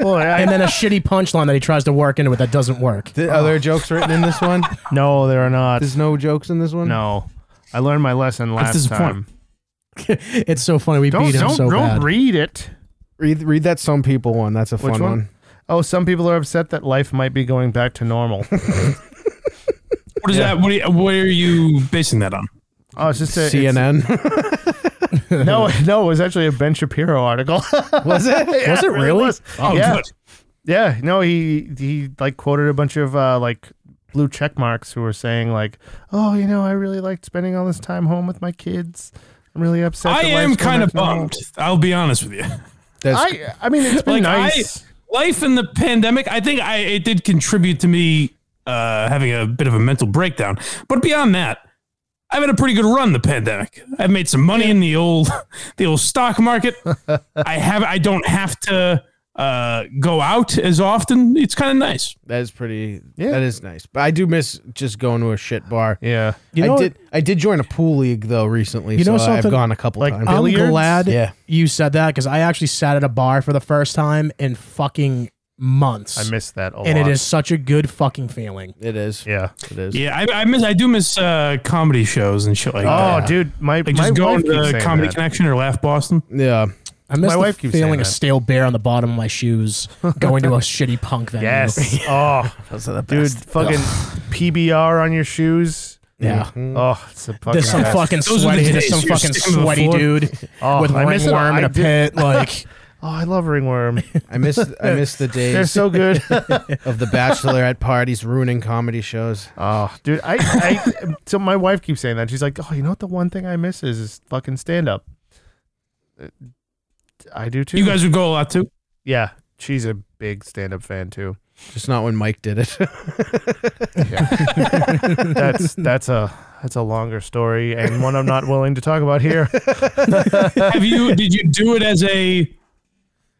Well, I-
And then a shitty punchline that he tries to work into it that doesn't work.
Th- Are there jokes written in this one?
no, there are not.
There's no jokes in this one.
No, I learned my lesson last
disappointing.
time.
It's so funny. We
Don't
beat him
don't,
so
don't
bad.
read it.
Read read that some people one. That's a fun
Which one?
one.
Oh, some people are upset that life might be going back to normal.
What is that? What are, you, what are you basing that on?
Oh, it's just a it's-
CNN.
No, no, it was actually a Ben Shapiro article.
was it?
was it really?
Oh,
yeah.
good.
yeah, no, he he like quoted a bunch of uh, like blue check marks who were saying like, "Oh, you know, I really liked spending all this time home with my kids. I'm really upset."
I
that
am
life's going
kind of
back to normal."
bummed. I'll be honest with you.
That's,
I I mean, it's been
Like
nice.
I, life in the pandemic, I think I it did contribute to me uh, having a bit of a mental breakdown. But beyond that, I've had a pretty good run the pandemic. I've made some money in the old the old stock market. I have I don't have to uh, go out as often. It's kind of nice.
that is pretty.
Yeah.
That is nice. But I do miss just going to a shit bar.
yeah,
You know,
I did. I did join a pool league though recently.
You know
so I've
something?
gone a couple
Like,
times.
I'll-
I'm
Billiards?
glad
Yeah.
you said that because I actually sat at a bar for the first time in fucking months.
I missed that a lot.
and it is such a good fucking feeling.
it is.
yeah.
It is.
Yeah, I, I miss I do miss uh, comedy shows and shit like
Oh,
that.
dude, my
Like
my
just
wife
going
keeps
to
saying
Comedy
that.
Connection or Laugh Boston.
Yeah.
I miss
My
the
wife keeps saying
feeling a
that.
stale bear on the bottom of my shoes going to a shitty punk venue.
Yes. oh,
Those are the
dude, fucking PBR on your shoes.
Yeah.
Mm-hmm.
Oh, it's a fucking.
Mm. There's some
mess.
fucking
Those are the
sweaty, there's
days
some
you
fucking
stand on the
sweaty
floor.
dude
Oh,
with
I miss it.
ringworm in
I
a
did-
pit. Like,
Oh, I love ringworm.
I miss. I miss the
They're
days
so good.
of the bachelorette parties ruining comedy shows.
Oh, dude, I, I so my wife keeps saying that. She's like, "Oh, you know what? The one thing I miss is, is fucking stand up." I do too.
You guys would go a lot too.
yeah, she's a big stand up fan too.
Just not when Mike did it.
That's that's a that's a longer story and one I'm not willing to talk about here.
have you did you do it as a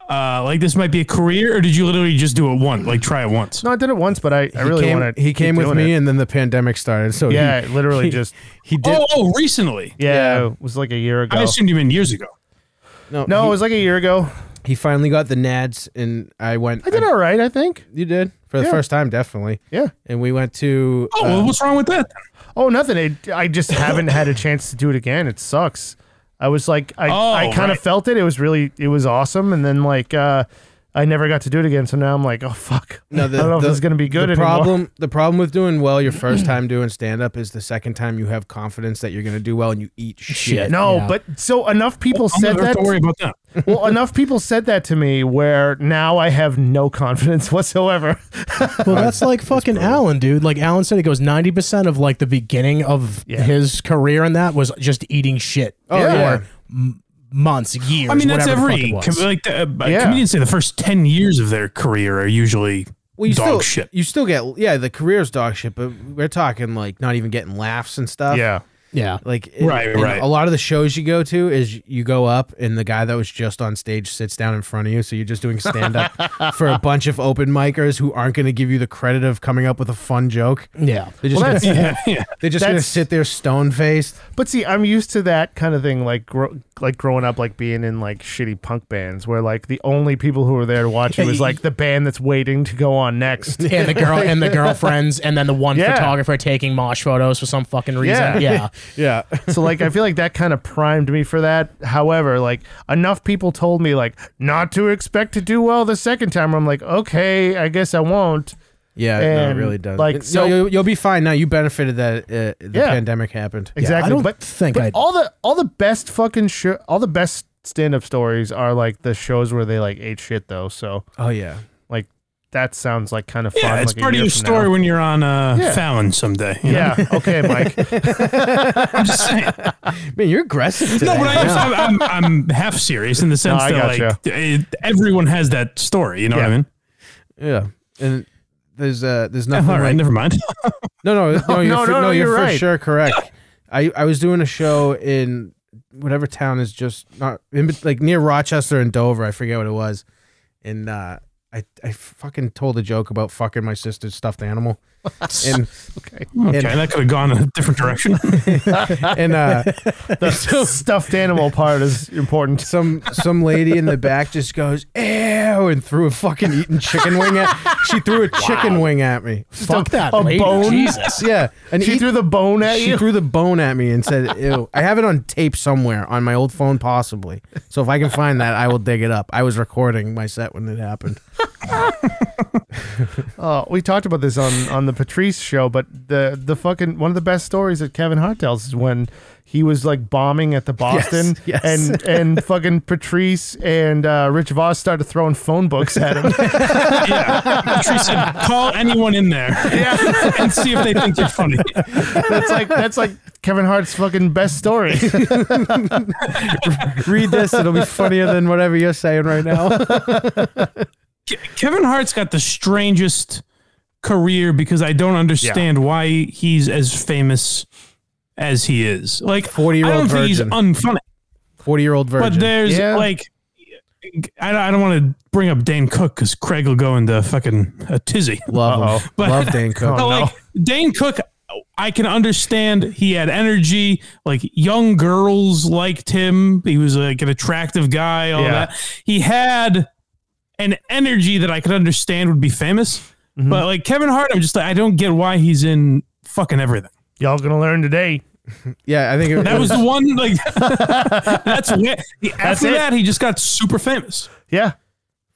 uh like this might be a career or did you literally just do it once like try it once
No, I did it once, but I, I really
he came,
want to.
he came with me, and then the pandemic started. So he-
yeah, it literally
he-
just
he did.
oh, oh recently
yeah, it was like a year ago.
i assumed you meant years ago
no,
he-
it was like a year ago.
He finally got the nads, and I went.
I did all right, I think.
You did for the
Yeah.
first time, definitely.
Yeah.
And we went to.
oh
uh,
well, what's wrong with that then?
Oh, nothing. It, I just haven't had a chance to do it again. It sucks. I was like, I,
Oh,
I kind of
right.
felt it. It was really, it was awesome. And then like, uh, I never got to do it again. So now I'm like, oh fuck.
No, the,
I don't know
the-
if this is gonna be good
The
anymore.
problem, the problem with doing well your first time doing stand up is the second time you have confidence that you're gonna do well and you eat shit.
No,
Yeah.
but so enough people
I'll
said
never have
that.
to worry about that.
well, enough people said that to me where now I have no confidence whatsoever.
Well, that's like fucking Alan, dude. Like Alan said, it goes ninety percent of like the beginning of
Yeah.
his career, and that was just eating shit.
Oh, yeah.
For m- months, years.
I mean, that's
whatever the fuck
every
it was.
com- like the, uh,
Yeah.
comedians say the first ten years of their career are usually
Well, you
dog
still,
shit.
You still get yeah, the career's dog shit, but we're talking like not even getting laughs and stuff.
yeah.
yeah.
Like it-
Right,
you know,
right.
A lot of the shows you go to is you go up and the guy that was just on stage sits down in front of you, so you're just doing stand up for a bunch of open micers who aren't going to give you the credit of coming up with a fun joke.
Yeah.
They're just
Well,
gonna,
that's-
Yeah, yeah.
they're just going to
that's-
sit there stone faced.
But see, I'm used to that kind of thing, like grow like growing up, like being in like shitty punk bands, where like the only people who were there to watch you was like the band that's waiting to go on next.
And the girl and the girlfriends, and then the one
Yeah.
photographer taking mosh photos for some fucking reason.
Yeah.
Yeah.
Yeah,
so like, I feel like that kind of primed me for that. However, like enough people told me like not to expect to do well the second time. I'm like, okay, I guess I won't.
yeah, no, it
And,
really does.
like,
It-
so-
no, you'll, you'll be fine now. You benefited that uh, the
Yeah.
pandemic happened.
Exactly.
I don't
but
think
but
I-
all the all the best fucking show, all the best stand up stories are like the shows where they like ate shit though. So
Oh yeah.
like that sounds like kind of fun.
Yeah, it's
like, a
part of
year
your
from
story
now.
when you're on uh,
Yeah.
Fallon someday. you know?
Yeah. Okay, Mike.
I'm just saying.
Man, you're aggressive today.
No, but I, I'm, I'm, I'm half serious in the sense
I
that like it, everyone has that story. You know what I
Yeah.
mean?
yeah, and there's uh, there's
Yeah,
nothing.
all right,
like-
never mind.
No, no, no, you're,
no,
for,
no,
no,
no,
you're,
you're
for
right.
sure correct. I, I was doing a show in whatever town is just not in, bet- like near Rochester and Dover. I forget what it was, and uh, I I fucking told a joke about fucking my sister's stuffed animal, and
okay, that could have gone a different direction.
and uh,
The stuffed animal part is important.
some some lady in the back just goes ew and threw a fucking eaten chicken wing at she threw a chicken wing at me.
Fuck that.
a
lady.
bone?
Jesus.
Yeah, and
She threw the bone at
she
you.
threw the bone at me and said, "Ew." I have it on tape somewhere on my old phone, possibly. So if I can find that, I will dig it up. I was recording my set when it happened.
Oh, we talked about this on on the Patrice show, but the the fucking one of the best stories that Kevin Hart tells is when he was like bombing at the Boston,
yes.
and and fucking Patrice and uh, Rich Voss started throwing phone books at him.
yeah, she said, call anyone in there, and see if they think you're funny.
that's like that's like Kevin Hart's fucking best story.
Read this; it'll be funnier than whatever you're saying right now.
Ke- Kevin Hart's got the strangest career because I don't understand why he's as famous as he is. Like
40-year-old
I don't think he's
virgin.
unfunny.
Forty-year-old virgin.
But there's
Yeah.
like, I, don't- I don't want to bring up Dane Cook because Craig will go into fucking a tizzy.
love him.
But-
love Dan Cook.
But Oh, like Dane Cook, I can understand he had energy. Like young girls liked him. He was like an attractive guy. All
Yeah.
that he had an energy that I could understand would be famous. But like Kevin Hart, I'm just like I don't get why he's in fucking everything.
Y'all gonna learn today.
Yeah, I think it,
That was the one like that's where after
it.
that he just got super famous.
Yeah,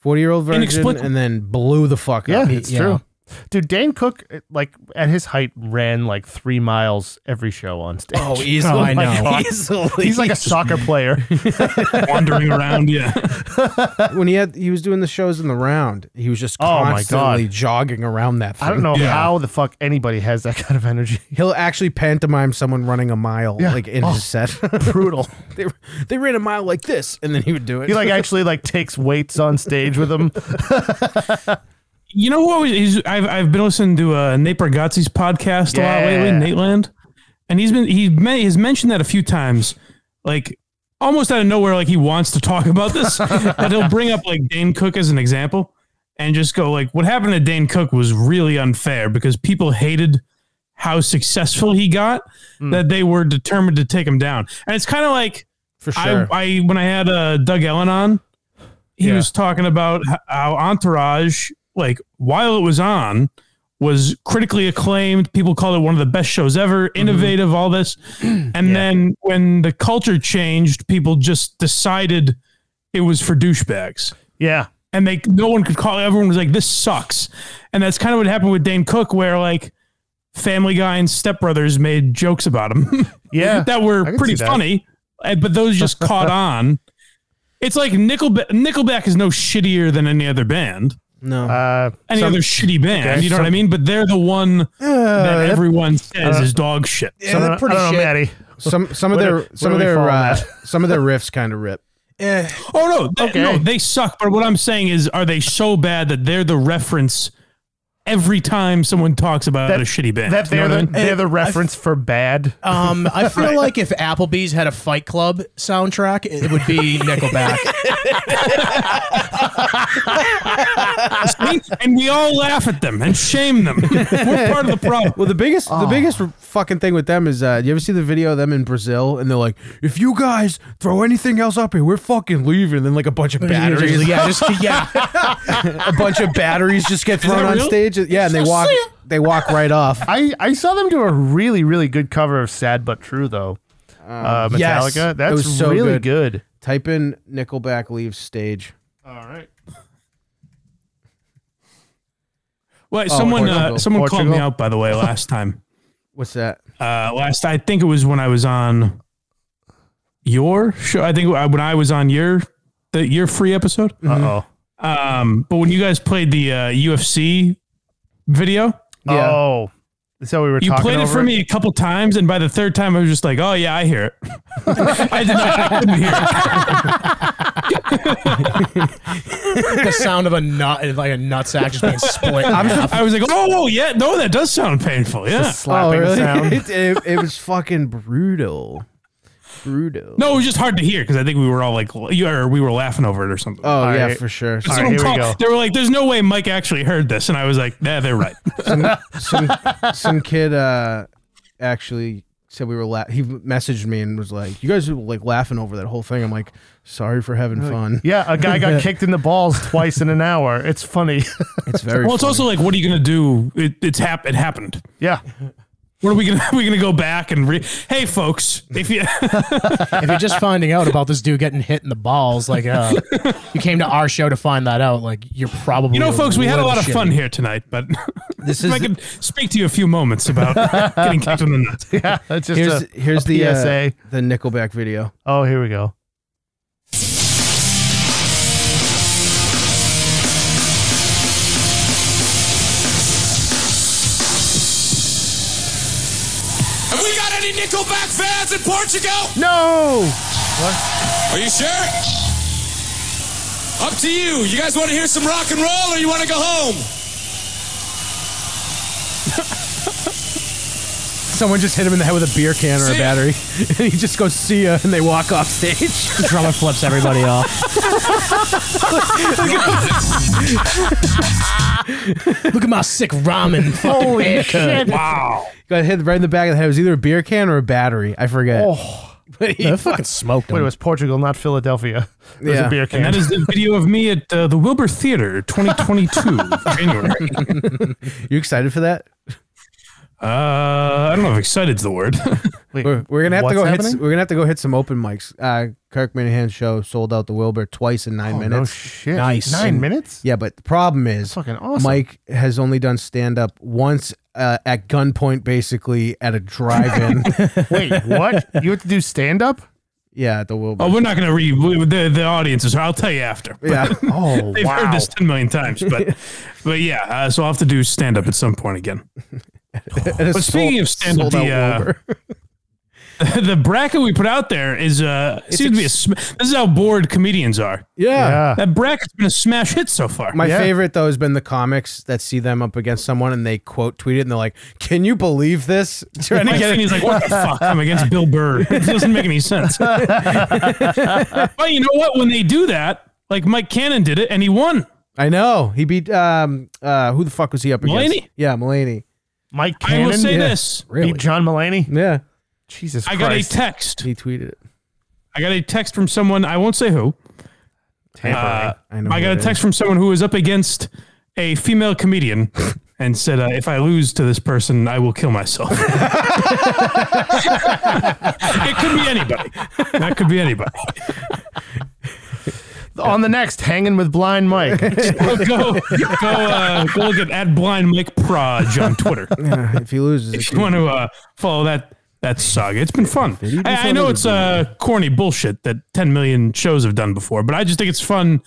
forty-year-old virgin,
Inexplicable.
and then blew the fuck
yeah,
up.
it's true. Dude, Dan Cook, like at his height, ran like three miles every show on stage.
Oh, easily.
my
I know.
God. He's like a soccer player.
Wandering around, yeah.
when he had he was doing the shows in the round. He was just
Oh, my
constantly
God.
jogging around that. Thing.
I don't know
Yeah.
how the fuck anybody has that kind of energy.
He'll actually pantomime someone running a mile,
Yeah.
like in
Oh.
his set.
Brutal.
they they ran a mile like this, and then he would do it.
He like actually like takes weights on stage with him.
You know who he's, I've I've been listening to uh, Nate Bargatze's podcast a lot lately,
Yeah.
Nateland, and he's been he may, has mentioned that a few times, like almost out of nowhere, like he wants to talk about this, but he'll bring up like Dane Cook as an example, and just go like, what happened to Dane Cook was really unfair because people hated how successful he got that they were determined to take him down, and it's kind of like
for sure.
I, I when I had uh, Doug Ellen on, he
Yeah.
was talking about h- how Entourage, like while it was on, was critically acclaimed. People called it one of the best shows ever, innovative, all this. And then when the culture changed, people just decided it was for douchebags.
Yeah.
and they no one could call. Everyone was like, "This sucks," and that's kind of what happened with Dane Cook, where like Family Guy and Step Brothers made jokes about him.
Yeah,
that
I
were
can
pretty
see that.
funny, uh, but those just caught on. It's like Nickelback. Nickelback is no shittier than any other band,
No.
Uh,
any
some-
other shitty band.
okay,
you know
some-
what I mean? But they're the one that
that-
everyone
uh,
says is dog shit.
I
yeah, they're
don't, I
pretty
don't know,
shit.
Maddie.
Some some of
Where-
their
where
some
do
of
we
their
fall on
uh,
that?
some of their riffs kind of rip.
Oh no, they,
Okay.
no, they suck. But what I'm saying is, are they so bad that they're the reference every time someone talks about
That-
a shitty band?
That
You know what
they're
I
the,
mean?
they're the reference for bad.
Um, I feel like if Applebee's had a Fight Club soundtrack, it would be Nickelback.
and we all laugh at them and shame them. We're part of the problem.
Well, the biggest the biggest fucking thing with them is uh, you ever see the video of them in Brazil and they're like, if you guys throw anything else up here, we're fucking leaving. And like a bunch of batteries,
yeah, just yeah.
a bunch of batteries just get
that
thrown on
real?
stage. Yeah, and they walk they walk right off.
I, I saw them do a really really good cover of Sad but True though. Uh, Metallica.
yes. It
That's
was so
really
good.
good.
Type in Nickelback leaves stage.
All right. Oh
Well, someone uh,
Portugal.
someone called me
Portugal.
out by the way last time.
What's that?
Uh, last I think it was when I was on your show. I think uh, when I was on your the your free episode.
Uh oh.
Um, but when you guys played the uh, UFC video,
Yeah.
Oh. So we were
You
talking
played it
over
for me a couple times, and by the third time, I was just like, "Oh yeah, I hear it." I did not. I couldn't hear it.
the sound of a nut, like a nutsack just being split. in half.
I was like, "Oh whoa, yeah, no, that does sound painful." Yeah,
Oh,
Slapping sound.
it, it, it was fucking brutal, brutal.
no, it was just hard to hear because I think we were all like, l- you- or we were laughing over it or something.
Oh yeah,
right.
for
All
sure.
That's
right,
what I'm
here we
calling-
go.
They were like, "There's no way Mike actually heard this," and I was like, "Yeah, they're right."
some some kid uh actually said we were la- he messaged me and was like you guys were like laughing over that whole thing i'm like sorry for having fun
Yeah, a guy got kicked in the balls twice in an hour. It's funny.
it's very
well, it's also like, what are you gonna do? It, it's hap- It happened.
yeah.
What are we gonna? Are we gonna go back and re- hey, folks, if you
if you're just finding out about this dude getting hit in the balls, like uh, you came to our show to find that out, like you're probably
you know, folks, we had a
little
lot of
shitty.
fun here tonight, but
this
if I
is
could speak to you a few moments about getting kicked in the nuts.
Yeah. That's just
here's
a,
here's
a
the uh,
PSA.
the nickelback video
oh, here we go.
Have we got any Nickelback fans in Portugal?
No.
Are you sure? Up to you. You guys want to hear some rock and roll or you want to go home?
someone just hit him in the head with a beer can or
See
a
ya.
battery and he just goes see ya and they walk off stage
The drummer flips everybody off. Look at my sick ramen. Holy shit!
Wow.
got hit right in the back of the head it was either a beer can or a battery i forget
Oh.
but he,
They fucking smoked
Wait, it
him.
was Portugal, not Philadelphia. It was
Yeah.
a beer can.
And that is the video of me at uh, the Wilbur Theater 2022, January.
you excited for that
Uh, I don't know if excited's the word.
Wait,
We're, we're gonna have
what's
to go hit. s-
happening?
We're gonna have to go hit some open mics. Uh, Kirk Minahan's show sold out the Wilbur twice in nine
Oh, No
minutes.
shit.
Nice.
Nine minutes?
yeah, but the problem is,
fucking awesome.
Mike has only done stand up once uh, at gunpoint, basically at a drive-in.
Wait, what? You have to do stand up?
yeah, at the Wilbur.
oh, we're not going to read we, the, the audiences. I'll tell you after.
yeah.
Oh,
They've heard this 10 million times, but but yeah, uh, so I'll have to do stand up at some point again.
but
speaking of stand-up, the, uh, the bracket we put out there is uh seems to be a sm- this is how bored comedians are.
yeah.
Yeah.
That bracket's been a smash hit so far.
My
Yeah.
favorite though has been the comics that see them up against someone and they quote tweet it and they're like, "Can you believe this?" Trying to
Mike
get it.
Feeney's like, what the fuck? I'm against Bill Burr. It doesn't make any sense. but you know what? When they do that, like Mike Cannon did it and he won.
I know he beat um uh who the fuck was he up against?
Mulaney?
Yeah, Mulaney.
Mike
I
Cannon
will say
Yeah.
this.
Really?
beat John Mulaney?
Yeah.
Jesus
I
Christ.
got a text.
He tweeted it.
I got a text from someone. I won't say who.
Tampering.
I know.
Uh, I
who
got a
it is.
text from someone who was up against a female comedian and said, uh, "If I lose to this person, I will kill myself." it could be anybody. That could be anybody.
on the next, hanging with blind Mike.
go go, uh, go look at, at blind Mike Proj on Twitter
if he loses,
if you want to uh, follow that that saga. It's been fun. I, I know it's uh, corny bullshit that 10 million shows have done before, but I just think it's fun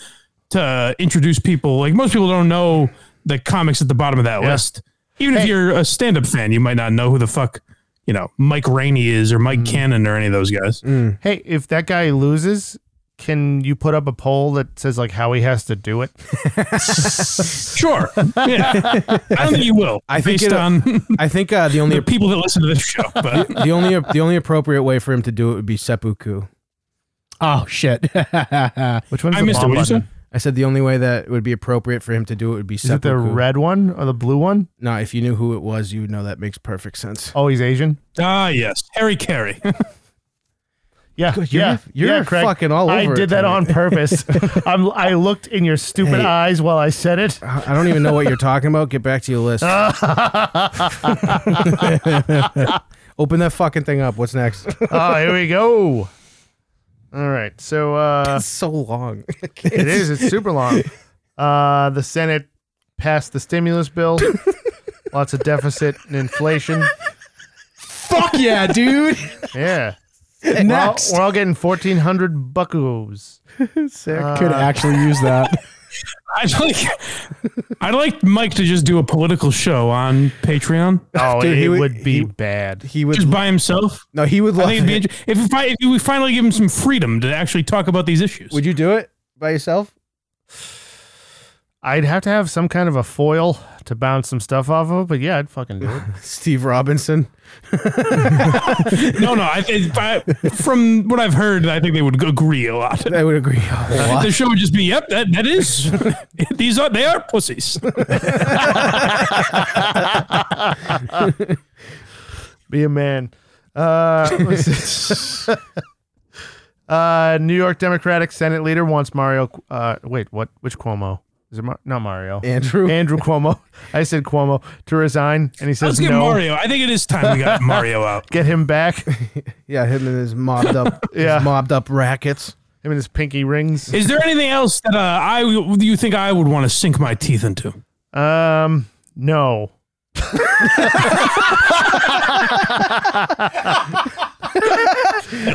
to uh, introduce people. Like most people don't know the comics at the bottom of that list. Even if you're a stand-up fan, you might not know who the fuck you know Mike Rainey is or Mike Cannon or any of those guys.
hey, if that guy loses, can you put up a poll that says like how he has to do it?
Sure, yeah. I don't think you will.
I think
based
it-
on
I think uh, the only
the people that listen to this show, but
the only the only appropriate way for him to do it would be seppuku.
Oh shit!
Which one's
I
the
missed it. What did
bomb
you
button?
say?
I said the only way that would be appropriate for him to do it would be
Is it the
seppuku.
red one or the blue one?
no, if you knew who it was, you would know that makes perfect sense.
Oh, he's Asian.
Ah, yes, Harry Carey.
Yeah,
God, you're-
yeah,
you're
yeah, Craig.
fucking all
I
over
did
it
that
tonight.
on purpose. I'm, I looked in your stupid
Hey.
eyes while I said it.
I I don't even know what you're talking about. Get back to your list. Open that fucking thing up. What's next?
Oh, here we go. All right, so uh,
so long.
it is. It's super long. Uh, the Senate passed the stimulus bill. Lots of deficit and inflation.
Fuck yeah, dude!
Yeah. We're all,
Next,
we're all getting 1,400 buckos.
uh,
could actually use that.
I'd like, I'd like Mike to just do a political show on Patreon,
Oh,
Dude,
it
he would-
would be
he-
bad.
He would
just by himself.
no. He would
I
love
think it'd be
it.
inter- if, if, I, if we finally give him some freedom to actually talk about these issues.
Would you do it by yourself?
I'd have to have some kind of a foil to bounce some stuff off of, but yeah, I'd fucking do it.
Steve Robinson.
no, no. I, if I, from what I've heard, I think they would agree a lot.
I would agree. a lot.
The show would just be, yep, that, that is. these are they are pussies.
Be a man. Uh, what's this? uh, New York Democratic Senate leader wants Mario. Qu- Uh, wait, what? Which Cuomo? Is it Mar- not Mario?
Andrew.
Andrew Cuomo. I said Cuomo to resign, and he says
Let's get
no.
Mario. I think it is time we got Mario out.
Get him back. Him
Yeah, him and his mobbed up,
Yeah.
his mobbed up rackets.
and his pinky rings.
Is there anything else that uh, I you think I would want to sink my teeth into?
Um, no.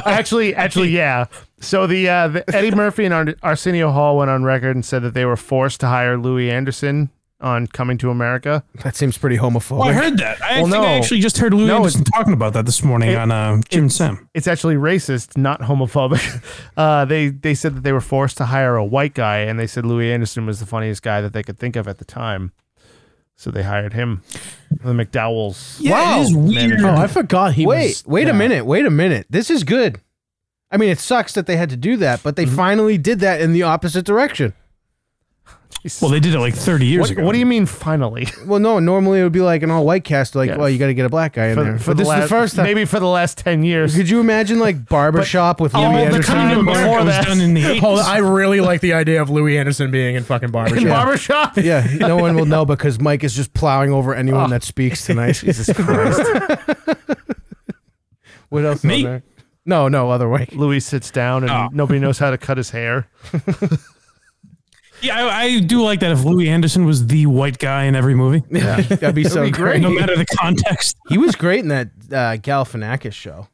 actually, actually, yeah. So the, uh, the Eddie Murphy and Ar- Arsenio Hall went on record and said that they were forced to hire Louis Anderson on Coming to America.
That seems pretty homophobic.
Well, Oh, I heard that. I
Well,
think I
no.
actually just heard Lou
No,
Anderson talking about that this morning on uh, Jim and Sam.
It's actually racist, not homophobic. Uh, they they said that they were forced to hire a white guy, and they said Louis Anderson was the funniest guy that they could think of at the time. So they hired him. The McDowells.
Yeah, it is weird.
Oh, I forgot he
wait,
was.
wait
yeah.
a minute, wait a minute. This is good. I mean, it sucks that they had to do that, but they
Mm-hmm.
finally did that in the opposite direction.
well, they did it like 30 years
What,
ago.
what do you mean, finally?
Well, no, normally it would be like an all-white cast, like,
Yeah.
well, you got to get a black guy in there. but this
last,
is the first time.
Maybe for the last ten years.
Could you imagine like barbershop with
all the
Louis Anderson?
time
Coming to America
before
was
that?
done in the 80s.
Hold on, I really like the idea of Louis Anderson being in fucking barbershop.
in barbershop?
yeah, no one will know because Mike is just plowing over
Oh.
anyone that speaks tonight. Jesus Christ! what else? is on
Me?
there? No, no, other way.
Louis sits down and
Oh.
nobody knows how to cut his hair.
yeah, I, I do like that if Louis Anderson was the white guy in every movie,
That'd be so
be great.
great.
no matter the context.
He was great in that uh, Galifianakis show.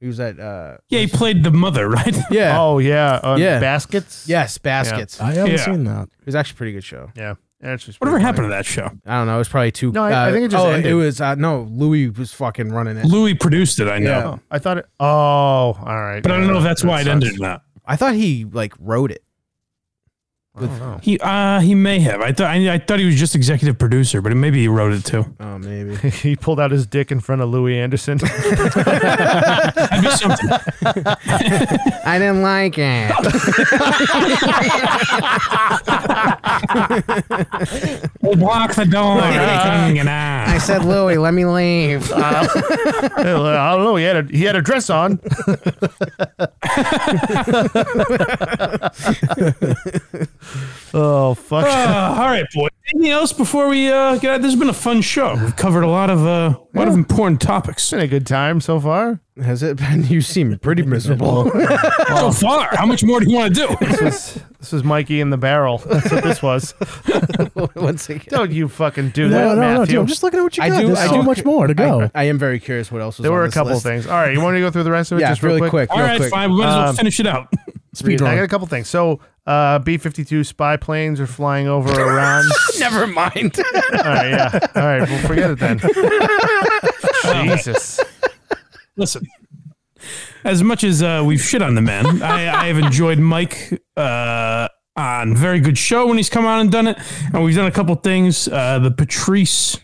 He was at uh,
Yeah, he played the mother, right?
yeah,
Oh yeah, on
Yeah.
baskets.
yes, baskets.
I haven't
Yeah.
seen that.
It was actually a pretty good show.
yeah. Actually, it's
Whatever
pretty
happened
funny.
to that show?
I don't know. It was probably too.
No, I- I
uh,
think it just
oh,
ended.
it was uh, no. Louis was fucking running it.
Louis produced it, I know.
Yeah.
Oh, I thought it. Oh, all right.
But I don't know if that's
That
why it
sucks.
ended or not.
I thought he like wrote it.
I don't know.
He uh, he may have. I thought I, I thought he was just executive producer, but maybe he wrote it too.
Oh, maybe.
He pulled out his dick in front of Louis Anderson.
That'd be something.
I didn't like it.
we'll block the door. and, uh,
I said, Louis, let me leave.
I don't know. He had a he had a dress on. oh fuck! Oh,
Ah.
Uh, Oh, all right, boy. Thank anything else before we uh, get out? This has been a fun show. We've covered a lot of uh, a lot of important topics
been a good time so far.
Has it been? You seem pretty miserable.
so far. How much more do you want to do?
This was, this was Mikey in the barrel. That's what this was.
Once again.
Don't you fucking do that, Matthew.
dude, I'm just looking at what you
I
got.
do-
There's
I
so
do-
much more to go.
I, I am very curious what else was
there
on
were a
this
couple
list.
things. All right, you want to go through the rest of it
Yeah,
just
really
real quick?
quick.
All
real
right,
quick.
fine. We might as well
Um,
finish it out.
Speed
I got
run.
a couple things. So, uh, B 52 spy planes are flying over Iran.
Never mind.
All right, yeah. All right, we'll forget it then. Jesus.
Listen, as much as uh, we've shit on the man, I, I have enjoyed Mike uh, on very good show when he's come on and done it, and we've done a couple things. Uh, the Patrice.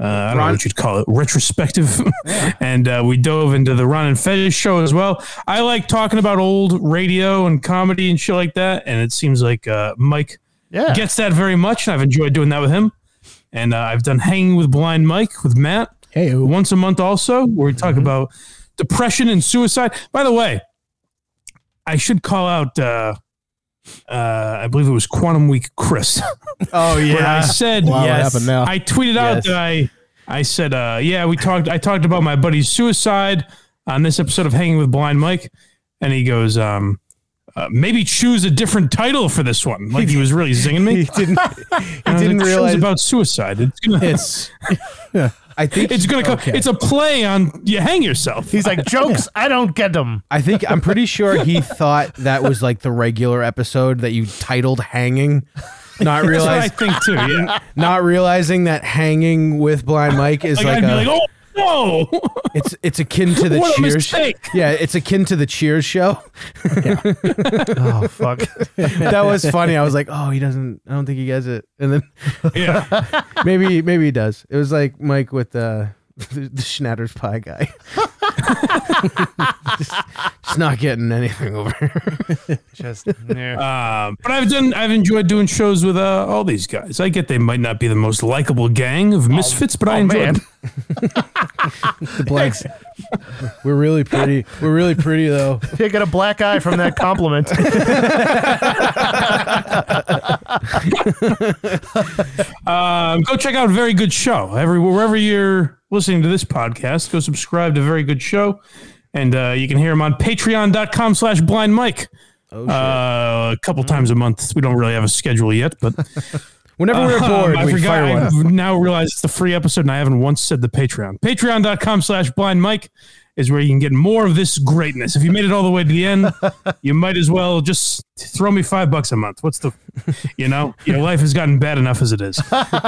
Uh, I don't know what you'd call it, retrospective. and uh, we dove into the Ron and Fez show as well. I like talking about old radio and comedy and shit like that. And it seems like uh, Mike
Yeah.
gets that very much, and I've enjoyed doing that with him. And uh, I've done hanging with Blind Mike with Matt
Hey, ooh.
once a month, also where we
Mm-hmm.
talk about depression and suicide. By the way, I should call out. Uh, uh, I believe it was Quantum Week, Chris.
oh
When I said
Wow, what
yes,
happened now?
I tweeted out
Yes.
that I I said uh, yeah. We talked. I talked about my buddy's suicide on this episode of Hanging with Blind Mike, and he goes. Um, uh, maybe choose a different title for this one. Like he was really zinging me.
He didn't. He
And I was
didn't
like, "Show's
realize.
about suicide. It's gonna,
It's
I think.
it's gonna come. It's a play on you hang yourself.
He's like, jokes, I don't get them.
I think. I'm pretty sure he thought that was like the regular episode that you titled "Hanging," not
That's what I
realize,
think too. Yeah, like,
not realizing that "Hanging with Blind Mike" is like,
I'd
a.
be like, oh no,
it's it's akin to the
What a
Cheers.
mistake.
Yeah, it's akin to the Cheers show.
Oh, fuck.
That was funny. I was like, oh, he doesn't. I don't think he gets it. And then
yeah.
maybe maybe he does. It was like Mike with uh, the the Schnatters pie guy. just, just not getting anything over. here.
Just, yeah.
Um, but I've done. I've enjoyed doing shows with uh, all these guys. I get they might not be the most likable gang of misfits, but I
oh,
enjoy.
man.
Them.
The blanks. We're really pretty. We're really pretty though.
You get a black eye from that compliment.
Um, go check out Very Good Show. Every wherever you're listening to this podcast, go subscribe to Very Good Show, and uh, you can hear him on Patreon.com/slash Blind Mike.
Oh,
Uh, a couple times a month. We don't really have a schedule yet, but
Whenever we're
Um,
bored,
I
we
forgot.
fire one.
I now realize it's the free episode, and I haven't once said the Patreon. Patreon.com slash blind Mike is where you can get more of this greatness. If you made it all the way to the end, you might as well just throw me five bucks a month. What's the, you know, your life has gotten bad enough as it is.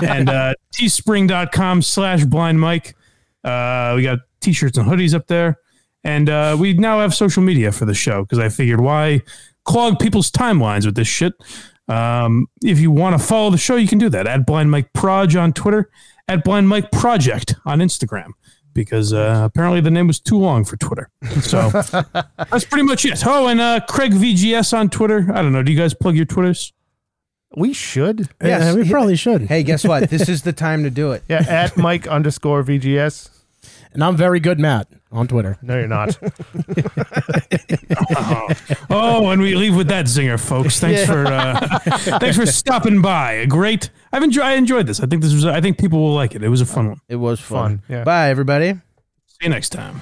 And uh, teespring.com slash blind Mike. Uh, we got t shirts and hoodies up there. And uh, we now have social media for the show because I figured why clog people's timelines with this shit. Um, if you want to follow the show, you can do that at Blind Mike Proj on Twitter, at Blind Mike Project on Instagram, because uh, apparently the name was too long for Twitter. So that's pretty much it. Oh, and uh, Craig VGS on Twitter. I don't know. Do you guys plug your Twitters?
we should.
yeah, we probably should.
Hey, guess what? This is the time to do it.
Yeah, at Mike underscore VGS.
And I'm very good, Matt, on Twitter.
No, you're not.
Oh, and we leave with that zinger, folks. Thanks for uh, thanks for stopping by. A great. I've enjoyed. I enjoyed this. I think this was. I think people will like it. It was a fun one.
It was fun.
Fun, yeah.
Bye, everybody.
See you next time.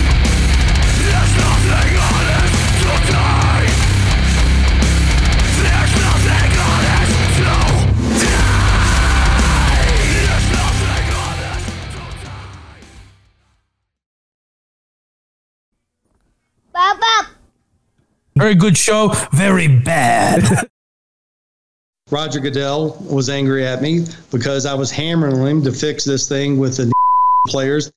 There's nothing honest today. There's nothing honest today. There's nothing honest today.
Bob up.
Very good show. Very bad.
Roger Goodell was angry at me because I was hammering him to fix this thing with the players.